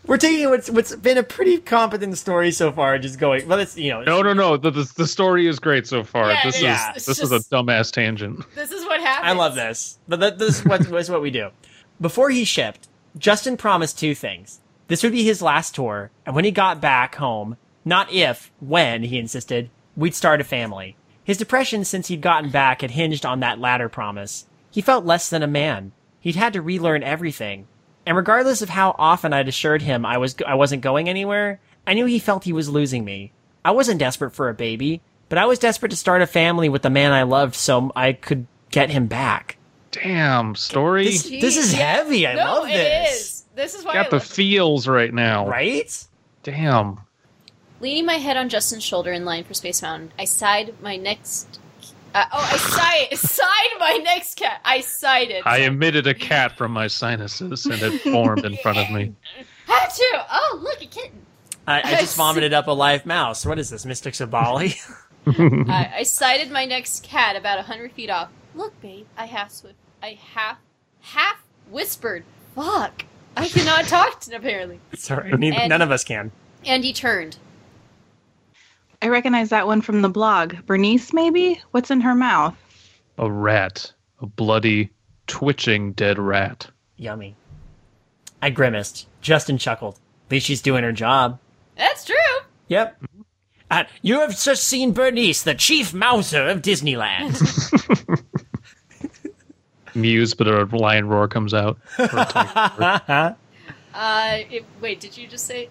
Speaker 4: We're taking what's what's been a pretty competent story so far, just going. Well, it's you know,
Speaker 1: No, no, no. The, the, the story is great so far.
Speaker 2: Yeah,
Speaker 1: this
Speaker 4: yeah,
Speaker 1: is
Speaker 2: it's
Speaker 1: this is
Speaker 2: just-
Speaker 1: a dumbass tangent.
Speaker 2: this is what happens.
Speaker 4: I love this, but that, this is what, <laughs> was what we do. Before he shipped, Justin promised two things. This would be his last tour, and when he got back home, not if, when, he insisted, we'd start a family. His depression since he'd gotten back had hinged on that latter promise. He felt less than a man. He'd had to relearn everything. And regardless of how often I'd assured him I was I wasn't going anywhere, I knew he felt he was losing me. I wasn't desperate for a baby, but I was desperate to start a family with the man I loved so I could get him back.
Speaker 1: Damn story.
Speaker 4: This, this is
Speaker 2: Jeez.
Speaker 4: heavy. I
Speaker 2: no,
Speaker 4: love
Speaker 2: it
Speaker 4: this.
Speaker 2: is. This is why I
Speaker 1: got the
Speaker 2: love it.
Speaker 1: feels right now.
Speaker 4: Right?
Speaker 1: Damn.
Speaker 2: Leaning my head on Justin's shoulder in line for Space Mountain, I sighed my next. Uh, oh, I sighed, <laughs> sighed my next cat. I sighed it.
Speaker 1: I emitted a cat from my sinuses and it formed in front of me.
Speaker 2: Had to. Oh, look,
Speaker 1: <laughs>
Speaker 2: a kitten.
Speaker 4: I, I
Speaker 2: <laughs>
Speaker 4: just vomited up a live mouse. What is this, Mystics of Bali?
Speaker 2: I, I sighted my next cat about a hundred feet off. Look, babe, I half swi I half, half whispered. Fuck,
Speaker 1: <laughs>
Speaker 2: I cannot talk to apparently.
Speaker 4: <laughs> Sorry, neither,
Speaker 2: And-
Speaker 4: none of us can.
Speaker 2: And he turned.
Speaker 3: I recognize that one from the blog. Bernice, maybe? What's in her mouth?
Speaker 1: A rat. A bloody, twitching dead rat.
Speaker 4: Yummy. I grimaced. Justin chuckled. At least she's doing her job.
Speaker 2: That's true.
Speaker 4: Yep. Uh, you have just seen Bernice, the chief mouser of <laughs> Disneyland.
Speaker 1: Muse, but a lion roar comes out.
Speaker 2: Uh, it, wait, did you just say?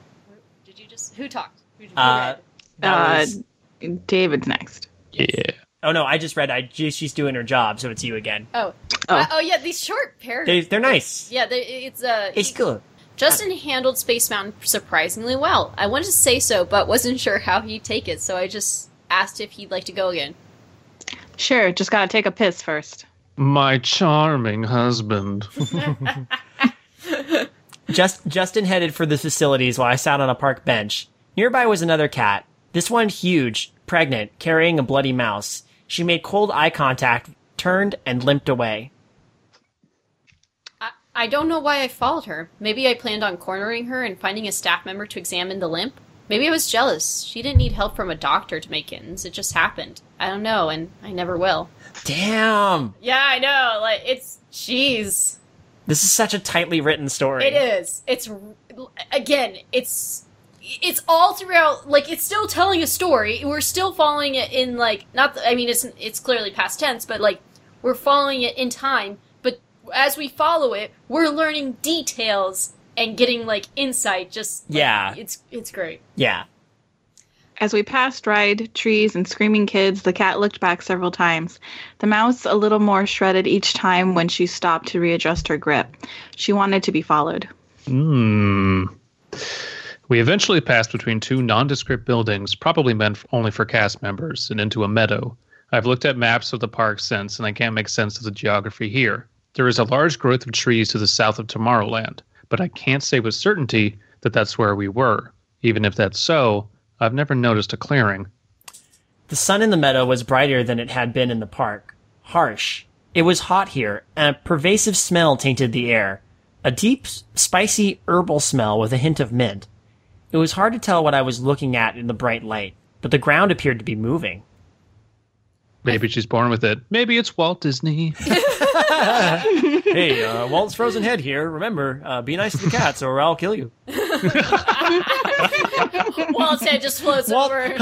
Speaker 2: Did you just? Who talked? Who, who
Speaker 4: Uh,
Speaker 2: read?
Speaker 4: That was-
Speaker 3: Uh, David's next.
Speaker 1: yeah.
Speaker 4: oh no, I just read. I ju- she's doing her job, so it's you again.
Speaker 2: Oh,
Speaker 3: Oh.
Speaker 2: oh, oh yeah, these short paragraphs.
Speaker 4: They, they're nice.
Speaker 2: Yeah, they, it's uh,
Speaker 4: It's good.
Speaker 2: Justin handled Space Mountain surprisingly well. I wanted to say so, but wasn't <laughs> sure how he'd take it, so I just asked if he'd like to go again.
Speaker 3: Sure, just gotta take a piss first.
Speaker 1: My charming husband.
Speaker 4: Just Justin headed for the facilities while I sat on a park bench. Nearby was another cat. This one huge, pregnant, carrying a bloody mouse. She made cold eye contact, turned, and limped away.
Speaker 2: I, I don't know why I followed her. Maybe I planned on cornering her and finding a staff member to examine the limp. Maybe I was jealous. She didn't need help from a doctor to make kittens. It just happened. I don't know, and I never will.
Speaker 4: Damn!
Speaker 2: Yeah, I know. Like it's jeez.
Speaker 4: This is such a tightly written story.
Speaker 2: It is. It's again. It's it's all throughout. Like it's still telling a story. We're still following it in like not. I mean, it's it's clearly past tense, but like we're following it in time. But as we follow it, we're learning details and getting like insight. Just like,
Speaker 4: Yeah.
Speaker 2: it's it's
Speaker 4: <laughs>
Speaker 2: great.
Speaker 4: Yeah.
Speaker 3: As we passed dried trees and screaming kids, the cat looked back several times. The mouse a little more shredded each time when she stopped to readjust her grip. She wanted to be followed.
Speaker 1: Hmm. We eventually passed between two nondescript buildings, probably meant f- only for cast members, and into a meadow. I've looked at maps of the park since, and I can't make sense of the geography here. There is a large growth of trees to the south of Tomorrowland, but I can't say with certainty that that's where we were. Even if that's so, I've never noticed a clearing.
Speaker 4: The sun in the meadow was brighter than it had been in the park. Harsh. It was hot here, and a pervasive smell tainted the air. A deep, spicy herbal smell with a hint of mint. It was hard to tell what I was looking at in the bright light, but the ground appeared to be moving.
Speaker 1: Maybe she's born with it. Maybe it's Walt Disney.
Speaker 4: hey, uh, Walt's frozen head here. Remember, uh, be nice to the cats or I'll kill you.
Speaker 2: Walt's head just floats
Speaker 4: <laughs>
Speaker 2: over,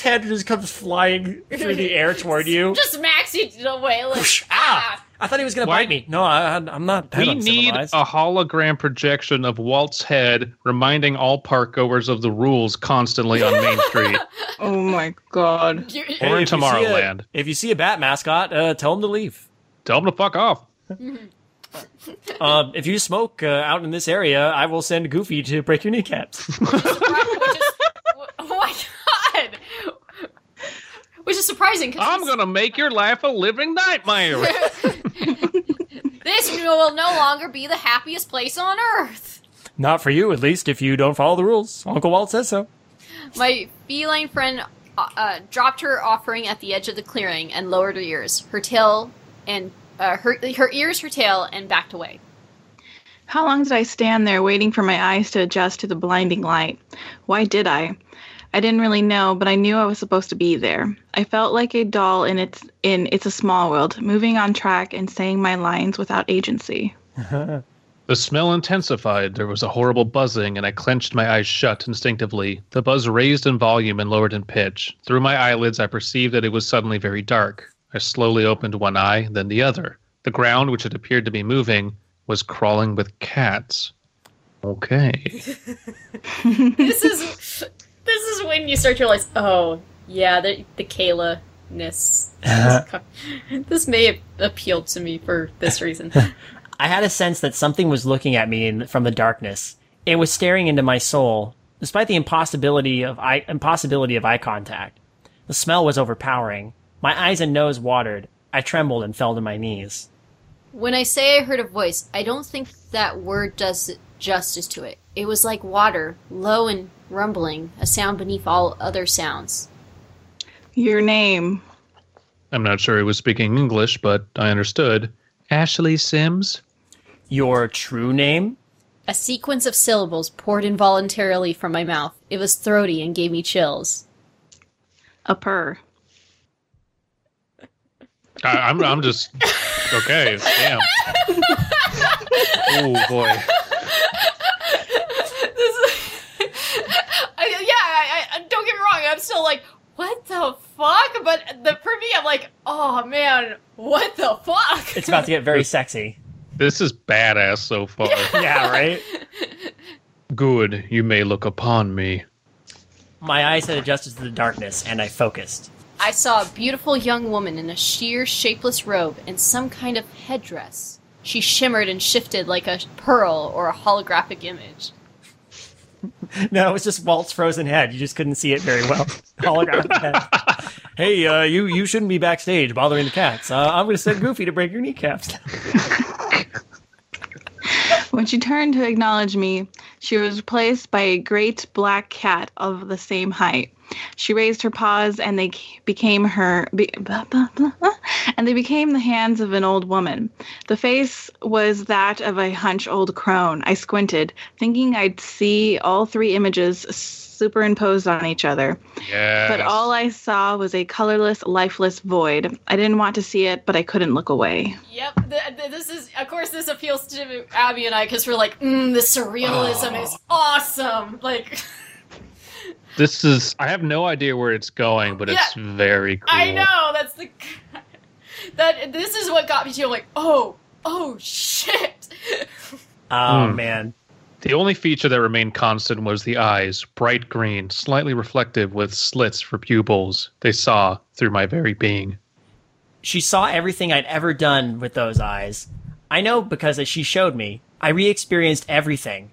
Speaker 2: <laughs>
Speaker 4: head just comes flying through the air toward you.
Speaker 2: just maxing it away. Like
Speaker 4: Ah! I thought he was going to
Speaker 1: Why-
Speaker 4: bite me. No, I, I- I'm not. that
Speaker 1: We need
Speaker 4: uncivilized.
Speaker 1: a hologram projection of Walt's head reminding all park goers of the rules constantly on
Speaker 4: <laughs>
Speaker 1: Main Street.
Speaker 3: Oh my god.
Speaker 2: You're-
Speaker 1: Or in
Speaker 4: if you see a-
Speaker 1: Tomorrowland.
Speaker 4: if you see a bat mascot, uh, tell him to leave.
Speaker 1: Tell them to fuck off.
Speaker 4: Um, if you smoke uh, out in this area, I will send Goofy to break your kneecaps.
Speaker 2: which is, <laughs> oh my god! Which is surprising
Speaker 1: I'm
Speaker 2: because
Speaker 1: going to make your life a living nightmare.
Speaker 2: this will no longer be the happiest place on earth.
Speaker 4: <laughs> Not for you, at least, if you don't follow the rules. Uncle Walt says so.
Speaker 2: My feline friend uh, uh, dropped her offering at the edge of the clearing and lowered her ears, her tail, and uh, her her ears, her tail, and backed away.
Speaker 3: How long did I stand there waiting for my eyes to adjust to the blinding light? Why did I? I didn't really know, but I knew I was supposed to be there. I felt like a doll in its in It's a Small World, moving on track and saying my lines without agency.
Speaker 1: The smell intensified. There was a horrible buzzing, and I clenched my eyes shut instinctively. The buzz raised in volume and lowered in pitch. Through my eyelids, I perceived that it was suddenly very dark. I slowly opened one eye, then the other. The ground, which had appeared to be moving, was crawling with cats. Okay.
Speaker 2: <laughs> This is this is when you start to realize, oh yeah, the the Kayla ness. this may have appealed to me for this reason.
Speaker 4: I had a sense that something was looking at me in, from the darkness. It was staring into my soul, despite the impossibility of eye, impossibility of eye contact. The smell was overpowering. My eyes and nose watered. I trembled and fell to my knees.
Speaker 2: When I say I heard a voice, I don't think that word does it justice to it. It was like water, low and rumbling, a sound beneath all other sounds.
Speaker 3: Your name.
Speaker 1: I'm not sure he was speaking English, but I understood. Ashley Sims?
Speaker 4: Your true name?
Speaker 2: A sequence of syllables poured involuntarily from my mouth. It was throaty and gave me chills. <laughs>
Speaker 3: A purr.
Speaker 1: I, I'm, I'm just. Okay, damn. oh, boy.
Speaker 2: <laughs> I, yeah, I, I, don't get me wrong. I'm still like, what the fuck? But the, for me, I'm like, oh man, what the fuck? <laughs>
Speaker 4: It's about to get <laughs> very sexy.
Speaker 1: This is badass so far.
Speaker 4: Yeah, right?
Speaker 1: Good, you may look upon me.
Speaker 4: My eyes had adjusted to the darkness, and I focused. <laughs>
Speaker 2: I saw a beautiful young woman in a sheer, shapeless robe and some kind of headdress. She shimmered and shifted like a pearl or a holographic image.
Speaker 4: No, it was just Walt's frozen head. You just couldn't see it very well. <laughs> Holographic head. <laughs> Hey, uh, you you shouldn't be backstage bothering the cats. Uh, I'm going to send Goofy to break your kneecaps.
Speaker 3: When she turned to acknowledge me, she was replaced by a great black cat of the same height. She raised her paws, and they c- became her, be, blah, blah, blah, blah, and they became the hands of an old woman. The face was that of a hunch old crone. I squinted, thinking I'd see all three images superimposed on each other.
Speaker 1: Yeah.
Speaker 3: But all I saw was a colorless, lifeless void. I didn't want to see it, but I couldn't look away.
Speaker 2: Yep, th- th- this is, of course, this appeals to Abby and I because we're like, mm, the surrealism is awesome. Like,
Speaker 1: this is I have no idea where it's going, but it's very cool.
Speaker 2: I know that's the <laughs> that this is what got me to like, oh, oh shit.
Speaker 4: <laughs>
Speaker 2: <laughs>
Speaker 4: Oh
Speaker 1: Hmm.
Speaker 4: man,
Speaker 1: The only feature that remained constant was the eyes, bright green, slightly reflective with slits for pupils. They saw through my very being.
Speaker 4: she saw everything I'd ever done with those eyes. I know because as she showed me, I re-experienced everything,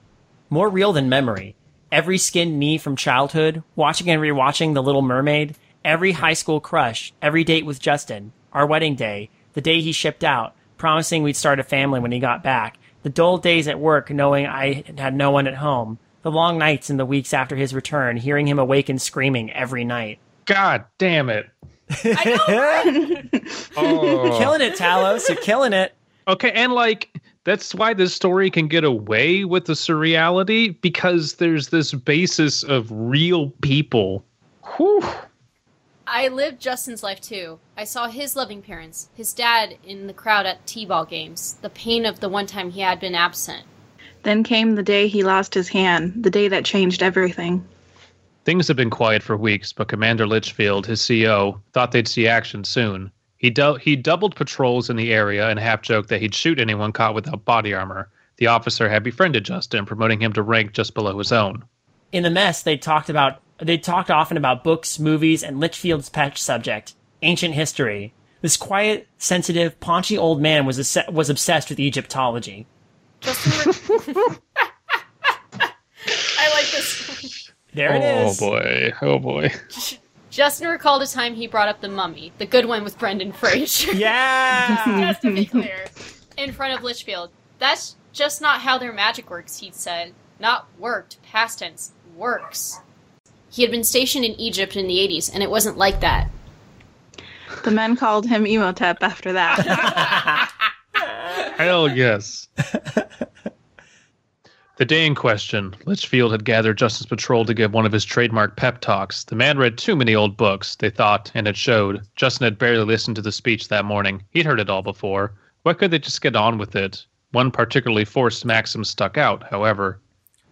Speaker 4: more real than memory. Every skinned knee from childhood, watching and rewatching The Little Mermaid, every high school crush, every date with Justin, our wedding day, the day he shipped out, promising we'd start a family when he got back, the dull days at work knowing I had no one at home, the long nights and the weeks after his return, hearing him awaken screaming every night.
Speaker 1: God damn it.
Speaker 2: I know. right?
Speaker 1: Oh.
Speaker 4: Killing it, Talos, you're killing it.
Speaker 1: okay, and like that's why this story can get away with the surreality because there's this basis of real people. Whew.
Speaker 2: I lived Justin's life too. I saw his loving parents, his dad in the crowd at t-ball games, the pain of the one time he had been absent.
Speaker 3: Then came the day he lost his hand, the day that changed everything.
Speaker 1: E Things had been quiet for weeks, but Commander Litchfield, his CO, thought they'd see action soon. He do- he doubled patrols in the area and half joked that he'd shoot anyone caught without body armor. The officer had befriended Justin, promoting him to rank just below his own.
Speaker 4: In the mess, they talked about they talked often about books, movies, and Litchfield's pet subject, ancient history. This quiet, sensitive, paunchy old man was obs- was obsessed with Egyptology.
Speaker 2: Justin. Re- I like this.
Speaker 4: There it is.
Speaker 1: Oh boy! Oh boy!
Speaker 2: Justin recalled a time he brought up the mummy, the good one with Brendan Fraser. <laughs>
Speaker 3: <laughs>
Speaker 4: Yeah.
Speaker 2: Just to be clear, in front of Litchfield. That's just not how their magic works, he'd said. Not worked, past tense, works. He had been stationed in Egypt in the 80s, and it wasn't like that.
Speaker 3: The men called him Emotep after that.
Speaker 1: Hell yes. the day in question, Litchfield had gathered Justin's patrol to give one of his trademark pep talks. The man read too many old books, they thought, and it showed. Justin had barely listened to the speech that morning. He'd heard it all before. Why could they just get on with it? One particularly forced maxim stuck out, however.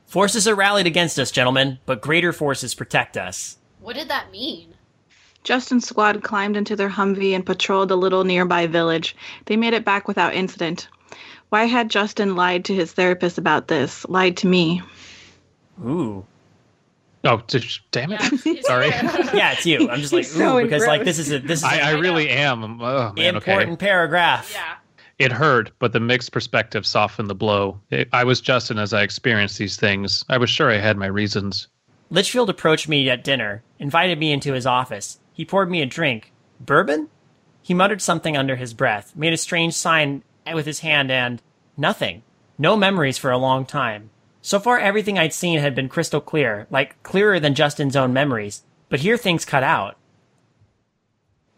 Speaker 4: Forces are rallied against us, gentlemen, but greater forces protect us.
Speaker 2: What did that mean?
Speaker 3: Justin's squad climbed into their Humvee and patrolled a little nearby village. They made it back without incident. Why had Justin lied to his therapist about this? Lied to me.
Speaker 4: Ooh.
Speaker 1: Oh, t- damn it. <laughs>
Speaker 2: it's-
Speaker 1: Sorry.
Speaker 2: <laughs>
Speaker 4: Yeah, it's you. I'm just like ooh
Speaker 3: He's so
Speaker 4: because like
Speaker 3: engrossed.
Speaker 4: this is a this is
Speaker 1: I,
Speaker 4: an
Speaker 1: I really am. Oh, man, okay.
Speaker 4: important paragraph.
Speaker 2: Yeah.
Speaker 1: It hurt, but the mixed perspective softened the blow. It, I was Justin as I experienced these things. I was sure I had my reasons.
Speaker 4: Litchfield approached me at dinner, invited me into his office. He poured me a drink. Bourbon? He muttered something under his breath, made a strange sign with his hand, and nothing. No memories for a long time. So far, everything I'd seen had been crystal clear, like clearer than Justin's own memories. But here things cut out. <laughs>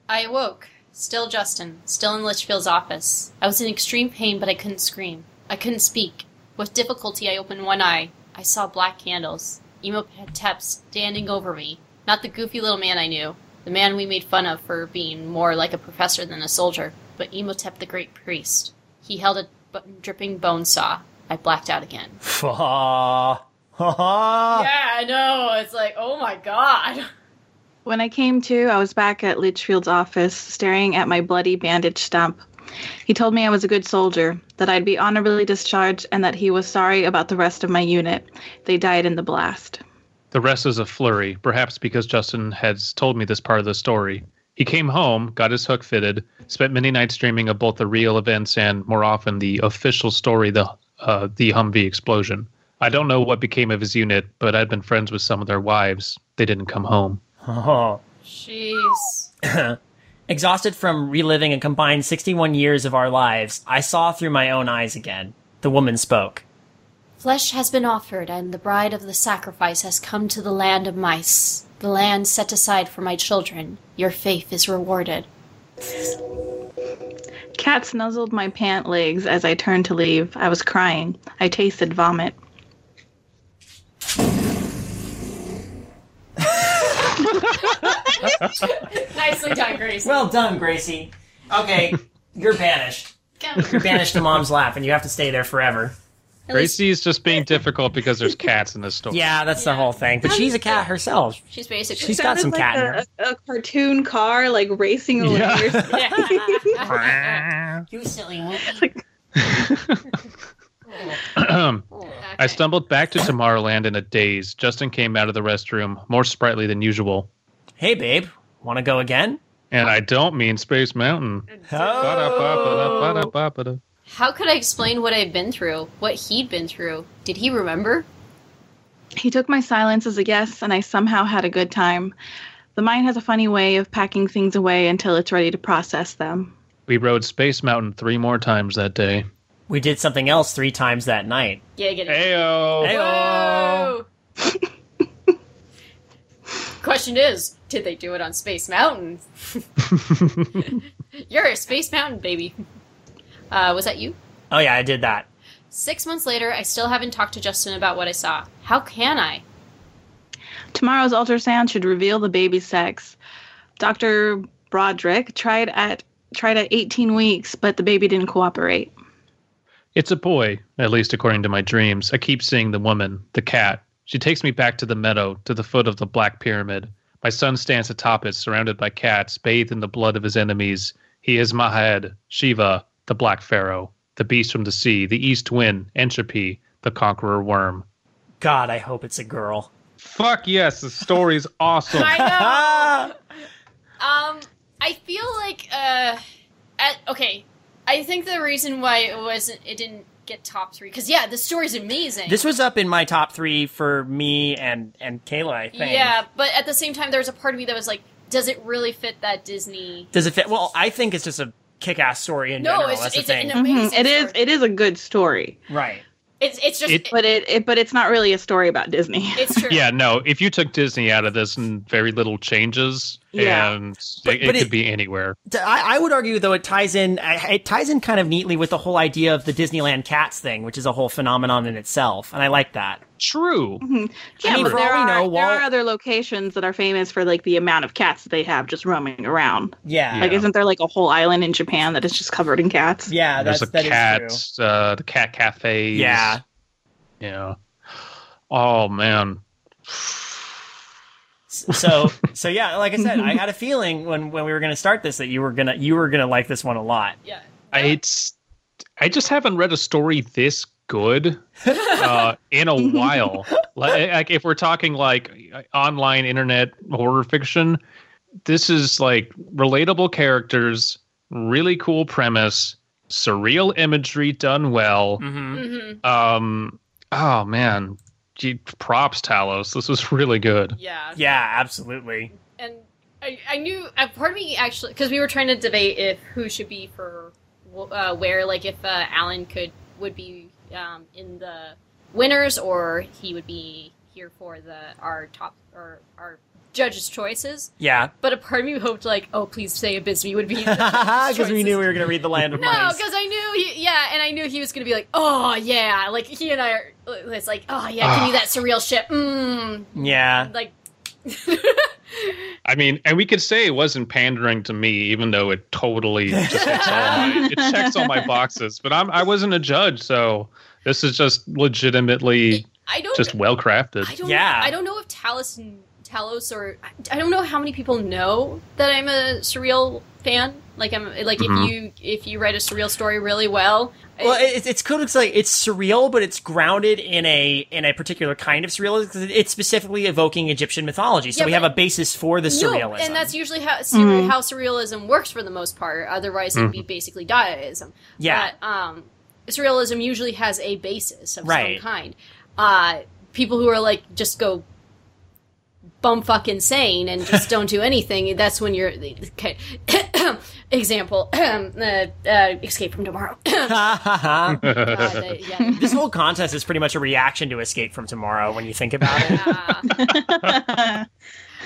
Speaker 2: I awoke. Still Justin, still in Litchfield's office. I was in extreme pain, but I couldn't scream. I couldn't speak. With difficulty, I opened one eye. I saw black candles. Emo Tep standing over me. Not the goofy little man I knew, the man we made fun of for being more like a professor than a soldier, but Emotep the Great Priest. He held a bu- dripping bone saw. I blacked out again.
Speaker 4: Ha ha.
Speaker 2: Yeah, I know. It's like, oh my god.
Speaker 3: When I came to, I was back at Litchfield's office, staring at my bloody bandage stump. He told me I was a good soldier, that I'd be honorably discharged, and that he was sorry about the rest of my unit. They died in the blast.
Speaker 1: The rest is a flurry, perhaps because Justin has told me this part of the story. He came home, got his hook fitted, spent many nights dreaming of both the real events and, more often, the official story the uh, the Humvee explosion. I don't know what became of his unit, but I'd been friends with some of their wives. They didn't come home.
Speaker 4: Ha
Speaker 2: Jeez.
Speaker 4: Exhausted from reliving a combined 61 years of our lives, I saw through my own eyes again. The woman spoke.
Speaker 2: Flesh has been offered, and the bride of the sacrifice has come to the land of mice, the land set aside for my children. Your faith is rewarded.
Speaker 3: Cats nuzzled my pant legs as I turned to leave. I was crying. I tasted vomit.
Speaker 2: <laughs> Nicely done, Grace.
Speaker 4: Well done, Gracie. <laughs> Okay, you're banished. You're banished to mom's lap, and you have to stay there forever.
Speaker 1: Gracie's just being difficult because there's cats in this story.
Speaker 4: Yeah, that's the whole thing. But she's a cat herself.
Speaker 2: <laughs> She's basically. <laughs>
Speaker 4: She's got some cat in her.
Speaker 3: a, cartoon car like racing
Speaker 1: away Yeah. or
Speaker 4: <laughs>
Speaker 2: you silly <laughs> woman.
Speaker 1: I stumbled back to Tomorrowland in a daze. Justin came out of the restroom, more sprightly than usual.
Speaker 4: Hey, babe, want to go again?
Speaker 1: And I don't mean Space Mountain.
Speaker 4: Oh.
Speaker 1: Ba-da-ba-ba-da-ba-da-ba-da.
Speaker 2: How could I explain what I've been through? What he'd been through? Did he remember?
Speaker 3: He took my silence as a yes, and I somehow had a good time. The mind has a funny way of packing things away until it's ready to process them.
Speaker 1: We rode Space Mountain three more times that day.
Speaker 4: We did something else three times that night.
Speaker 2: Yeah, get it.
Speaker 1: Ayo!
Speaker 4: Hey. Whoa.
Speaker 2: <laughs> Question is, did they do it on Space <laughs> Mountain? You're a Space Mountain baby. Uh, was that you?
Speaker 4: Oh yeah, I did that.
Speaker 2: Six months later, I still haven't talked to Justin about what I saw. How can I?
Speaker 3: Tomorrow's ultrasound should reveal the baby's sex. Dr. Broderick tried at tried at 18 weeks, but the baby didn't cooperate.
Speaker 1: It's a boy, at least according to my dreams. I keep seeing the woman, the cat. She takes me back to the meadow, to the foot of the Black Pyramid. My son stands atop it, surrounded by cats, bathed in the blood of his enemies. He is Mahed, Shiva, the Black Pharaoh, the Beast from the Sea, the East Wind, Entropy, the Conqueror Worm.
Speaker 4: God, I hope it's a girl.
Speaker 1: Fuck yes, the story's awesome.
Speaker 2: <laughs> I know.
Speaker 4: Ah!
Speaker 2: <laughs> Um, I feel like uh, at, okay. I think the reason why it wasn't it didn't get top three because yeah, the story's amazing.
Speaker 4: This was up in my top three for me and and Kayla. I think.
Speaker 2: yeah, but at the same time, there was a part of me that was like, does it really fit that Disney?
Speaker 4: Does it fit? Well, I think it's just a kick-ass story in
Speaker 2: No,
Speaker 4: general.
Speaker 2: it's-
Speaker 4: That's
Speaker 2: it's
Speaker 4: the
Speaker 2: an
Speaker 4: thing,
Speaker 2: amazing
Speaker 3: Mhm. It is
Speaker 2: story.
Speaker 3: it is a good story,
Speaker 4: right?
Speaker 2: It's it's just
Speaker 1: It-
Speaker 3: but it, it but it's not really a story about Disney.
Speaker 2: it's true.
Speaker 1: yeah, no, if you took Disney out of this and very little changes,
Speaker 3: Yeah.
Speaker 1: and
Speaker 4: But-
Speaker 1: it, it
Speaker 4: but
Speaker 1: could
Speaker 4: it-
Speaker 1: be anywhere.
Speaker 4: D- I, I would argue though it ties in I- it ties in kind of neatly with the whole idea of the Disneyland cats thing, which is a whole phenomenon in itself, and I like that.
Speaker 1: True.
Speaker 4: I mean,
Speaker 3: Mm-hmm. but
Speaker 4: for all
Speaker 3: there
Speaker 4: we
Speaker 3: are,
Speaker 4: know, Walt-
Speaker 3: there are other locations that are famous for like the amount of cats that they have just roaming around.
Speaker 4: Yeah,
Speaker 1: Yeah.
Speaker 3: Like, isn't there like a whole island in Japan that is just covered in cats?
Speaker 4: yeah,
Speaker 1: There's
Speaker 4: that's
Speaker 1: a
Speaker 4: that is
Speaker 1: cat, uh, the cat cafe.
Speaker 4: true. Yeah,
Speaker 1: Yeah. Oh man. <laughs>
Speaker 4: S- so so yeah, like I said, I had a feeling when when we were gonna start this that you were gonna you were gonna like this one a
Speaker 2: <laughs>
Speaker 4: lot.
Speaker 2: yeah.
Speaker 1: I it's I just haven't read a story this good uh, in
Speaker 4: <laughs>
Speaker 1: a while. like, eh, like if we're talking like online internet horror fiction, this is like relatable characters, really cool premise, surreal imagery done well.
Speaker 4: Mm-hmm.
Speaker 2: Mm-hmm.
Speaker 1: Um oh man. Gee, props Talos. This was really good.
Speaker 2: Yeah.
Speaker 4: Yeah, absolutely.
Speaker 2: and I, I knew a part of me actually because we were trying to debate if who should be for wh- uh, where, like if uh, Alan could would be um, in the winners or he would be here for the our top or our judges' choices.
Speaker 4: Yeah, <laughs>
Speaker 2: But a part of me hoped like, oh, please say Abysme would be in the judges'
Speaker 4: because we
Speaker 2: choices.
Speaker 4: knew we were gonna read the <laughs> Land of
Speaker 2: No,
Speaker 4: Mice.
Speaker 2: because I knew, he, yeah, and I knew he was gonna be like, oh yeah, like he and I are. It's like, oh yeah,
Speaker 4: Ah.
Speaker 2: give me that surreal shit. Mmm,
Speaker 4: Yeah,
Speaker 2: like. <laughs>
Speaker 1: I mean, and we could say it wasn't pandering to me, even though it totally just hits all my, it checks all my boxes. But I'm I wasn't a judge, so this is just legitimately
Speaker 2: I don't
Speaker 1: just well
Speaker 2: I
Speaker 1: crafted. <laughs>
Speaker 2: don't.
Speaker 4: Yeah.
Speaker 2: I don't know if Talos and Talos or I- I don't know how many people know that I'm a surreal fan. Like I'm like
Speaker 1: Mhm.
Speaker 2: if you if you write a surreal story really well. I-
Speaker 4: Mm-hmm. Well, it, it's cool. It's like it's surreal, but it's grounded in a in a particular kind of surrealism. 'cause it's specifically evoking Egyptian mythology, so
Speaker 2: Yeah,
Speaker 4: we
Speaker 2: but-
Speaker 4: have a basis for the
Speaker 2: no,
Speaker 4: surrealism. Mm-hmm.
Speaker 2: and that's usually how sur-
Speaker 3: Mm.
Speaker 2: how surrealism works for the most part. Otherwise, it'd be basically Dadaism.
Speaker 4: yeah,
Speaker 2: But, um, surrealism usually has a basis of
Speaker 4: Right.
Speaker 2: some kind. Uh, people who are like just go bumfuck insane and
Speaker 4: <laughs>
Speaker 2: just don't do anything. That's when you're okay. <coughs> Example: <coughs> uh, uh, Escape from Tomorrow. <coughs> Uh,
Speaker 4: Ha, ha, ha.
Speaker 2: they- yeah.
Speaker 4: <laughs> this whole contest is pretty much a reaction to Escape from Tomorrow when you think about it.
Speaker 2: Uh,
Speaker 3: Huh.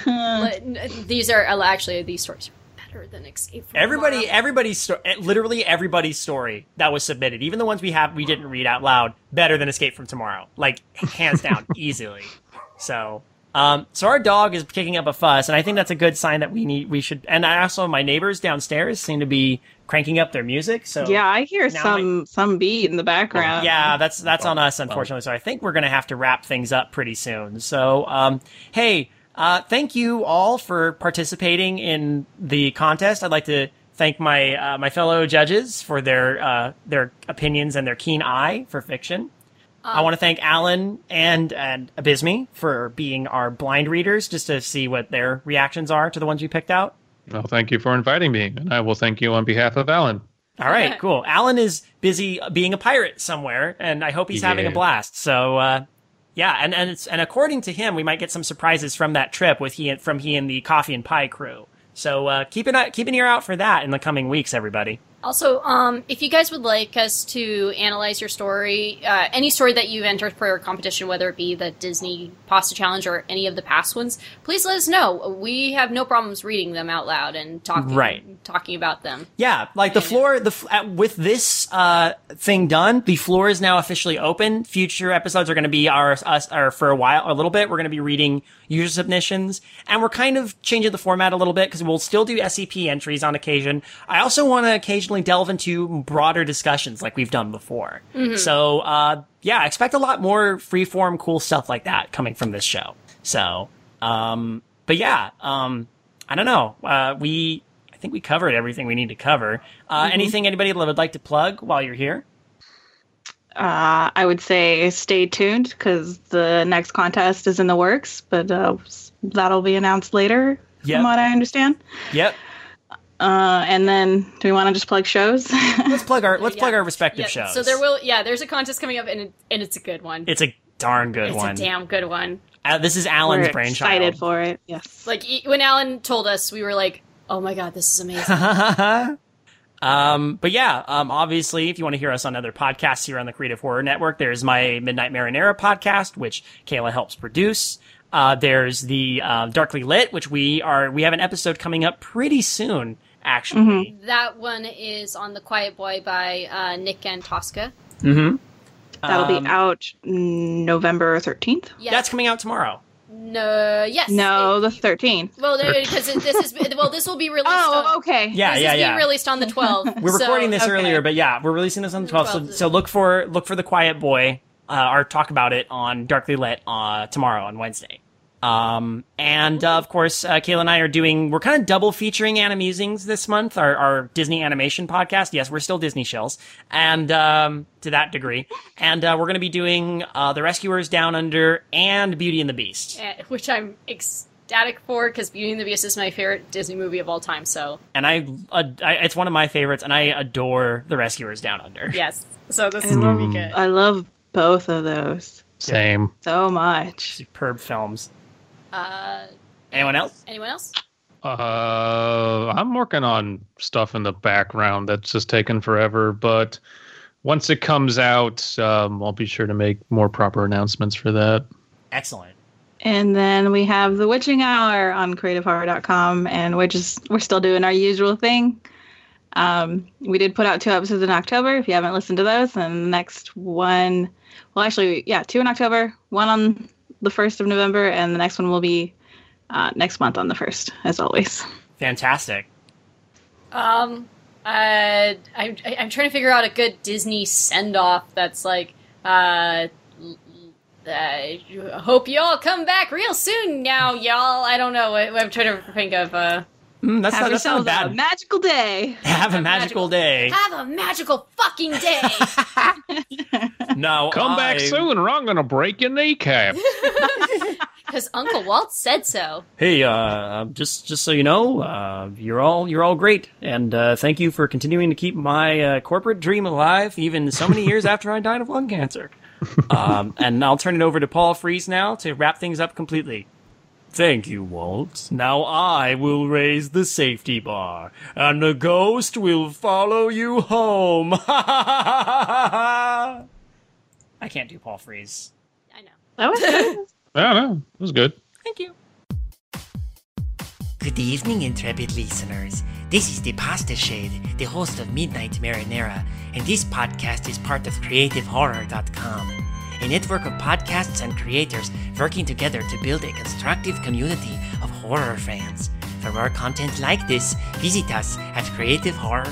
Speaker 2: but n- these are well, actually these stories are better than Escape from
Speaker 4: Everybody,
Speaker 2: Tomorrow.
Speaker 4: everybody's sto- eh, literally everybody's story that was submitted, even the ones we have we didn't read out loud, better than Escape from Tomorrow, like hands down, easily. So, um, so our dog is kicking up a fuss, and I think that's a good sign that we need we should. And I also my neighbors downstairs seem to be cranking up their music, so
Speaker 3: yeah, I hear
Speaker 4: Now
Speaker 3: some some beat in the background.
Speaker 4: yeah, that's that's on us, unfortunately. So I think we're gonna have to wrap things up pretty soon. So, um, hey, uh, thank you all for participating in the contest. I'd like to thank my uh, my fellow judges for their uh, their opinions and their keen eye for fiction. I want to thank Alan and and Abysme for being our blind readers, just to see what their reactions are to the ones we picked out.
Speaker 1: Well, thank you for inviting me, and I will thank you on behalf of Alan.
Speaker 4: All right, cool. Alan is busy being a pirate somewhere, and I hope he's having a
Speaker 1: Yeah.
Speaker 4: blast. So, uh, yeah, and and it's, and according to him, we might get some surprises from that trip with he and from he and the coffee and pie crew. So uh, keep an eye, keep an ear out for that in the coming weeks, everybody.
Speaker 2: Also, um, if you guys would like us to analyze your story, uh, any story that you've entered for a competition, whether it be the Disney Pasta Challenge or any of the past ones, please let us know. We have no problems reading them out loud and talking
Speaker 4: Right.
Speaker 2: talking about them.
Speaker 4: Yeah, like the
Speaker 2: Yeah.
Speaker 4: floor, the f- at, with this uh, thing done, the floor is now officially open. Future episodes are going to be our us our for a while, a little bit. We're going to be reading user submissions, and we're kind of changing the format a little bit because we'll still do SCP entries on occasion. I also want to occasionally delve into broader discussions like we've done before.
Speaker 2: Hmm.
Speaker 4: So uh, yeah, expect a lot more freeform, cool stuff like that coming from this show. So, um, but yeah, um, I don't know. Uh, we I I think we covered everything we need to cover. Uh,
Speaker 2: Mm-hmm.
Speaker 3: Mhm.
Speaker 4: Anything anybody would like to plug while you're here?
Speaker 3: Uh, I would say stay tuned because the next contest is in the works, but uh, s- that'll be announced later,
Speaker 4: Yep.
Speaker 3: from what I understand.
Speaker 4: Yep.
Speaker 3: Uh, and then, do we want to just plug
Speaker 4: <laughs>
Speaker 3: shows?
Speaker 4: Let's plug our
Speaker 2: <laughs>
Speaker 4: let's
Speaker 2: Yeah.
Speaker 4: plug our respective
Speaker 2: Mm-hmm. Yeah,
Speaker 4: shows.
Speaker 2: So there will, yeah, there's a contest coming up, and it, and it's a good one.
Speaker 4: It's a darn good
Speaker 2: It's
Speaker 4: one.
Speaker 2: a damn good one.
Speaker 4: Uh, this is Alan's
Speaker 3: We're
Speaker 4: brainchild.
Speaker 3: Excited for it. Yes.
Speaker 2: Like e- when Alan told us, we were like, "Oh my god, this is amazing."
Speaker 4: <laughs> um, but yeah, um, obviously, if you want to hear us on other podcasts here on the Creative Horror Network, there's my Midnight Marinera podcast, which Kayla helps produce. Uh, there's the uh, Darkly Lit, which we are we have an episode coming up pretty soon, actually.
Speaker 2: that one is on the Quiet Boy by uh, Nick and Tosca.
Speaker 4: Mm-hmm.
Speaker 3: That'll
Speaker 4: Um,
Speaker 3: be out November 13th.
Speaker 2: Yeah,
Speaker 4: That's coming out tomorrow.
Speaker 2: no, yes,
Speaker 3: No,
Speaker 2: It-
Speaker 3: the 13th.
Speaker 2: well, because it- this is well, this
Speaker 3: <laughs>
Speaker 2: will be released. on,
Speaker 3: Oh, okay.
Speaker 4: Yeah,
Speaker 2: this
Speaker 4: yeah,
Speaker 2: is
Speaker 4: yeah.
Speaker 2: being released on the <laughs> 12th.
Speaker 4: We're
Speaker 2: so-
Speaker 4: recording this
Speaker 3: okay.
Speaker 4: earlier, but yeah, we're releasing this on the 12th. So,
Speaker 2: 12th.
Speaker 4: so look for look for the Quiet Boy. Uh, our talk about it on Darkly Lit uh, tomorrow on Wednesday. Um, and uh, of course, uh, Kayla and I are doing. We're kind of double featuring Animusings this month. Our, our Disney animation podcast. Yes, we're still Disney shells, and um, to that degree. And uh, we're going to be doing uh, The Rescuers Down Under and Beauty and the Beast.
Speaker 2: eh, which I'm ecstatic for because Beauty and the Beast is my favorite Disney movie of all time. So
Speaker 4: And I, uh, I, it's one of my favorites, and I adore The Rescuers Down Under. <laughs>
Speaker 2: yes, so this
Speaker 3: I
Speaker 2: is gonna be
Speaker 1: love-
Speaker 4: Mm.
Speaker 2: good.
Speaker 3: I love both of those
Speaker 1: Same.
Speaker 3: so much.
Speaker 4: Superb films.
Speaker 2: Uh,
Speaker 4: Anyone else?
Speaker 2: anyone else?
Speaker 1: Uh, I'm working on stuff in the background that's just taken forever, but once it comes out, um, I'll be sure to make more proper announcements for that.
Speaker 4: Excellent.
Speaker 3: And then we have the witching hour on creativehorror.com, and we're just we're still doing our usual thing. Um, we did put out two episodes in October. If you haven't listened to those, then the next one, well, actually, yeah, two in October, one on the first of November, and the next one will be uh, next month on the first, as always.
Speaker 4: Fantastic.
Speaker 2: Um, uh, I'm I- I'm trying to figure out a good Disney send off that's like, uh, l- l- uh, hope you all come back real soon now, y'all. I don't know. I, I'm trying to think of. Uh,
Speaker 4: Mm, that's,
Speaker 3: have
Speaker 4: not, that's not
Speaker 3: yourselves a
Speaker 4: bad.
Speaker 3: magical day.
Speaker 4: <laughs> Have a
Speaker 2: Have a
Speaker 4: magical
Speaker 2: magical-
Speaker 4: day.
Speaker 2: have a magical fucking day.
Speaker 4: <laughs> No,
Speaker 1: Come back
Speaker 4: I-
Speaker 1: soon, or I'm gonna break your kneecap.
Speaker 2: Because Uncle Walt said so.
Speaker 4: Hey, uh, uh, just just so you know, uh, you're all you're all great, and uh, thank you for continuing to keep my uh, corporate dream alive, even so many years after I died of lung cancer. Um, and I'll turn it over to Paul Freeze now to wrap things up completely. Thank you, Walt. Now I will raise the safety bar, and the ghost will follow you home. <laughs> I can't do Paul Freeze.
Speaker 2: I know.
Speaker 3: That was good.
Speaker 1: I don't know. It was good.
Speaker 4: Thank you.
Speaker 5: Good evening, intrepid listeners. This is the Pasta Shade, the host of Midnight Marinera, and this podcast is part of CreativeHorror.com, a network of podcasts and creators working together to build a constructive community of horror fans. For more content like this, visit us at CreativeHorror.com.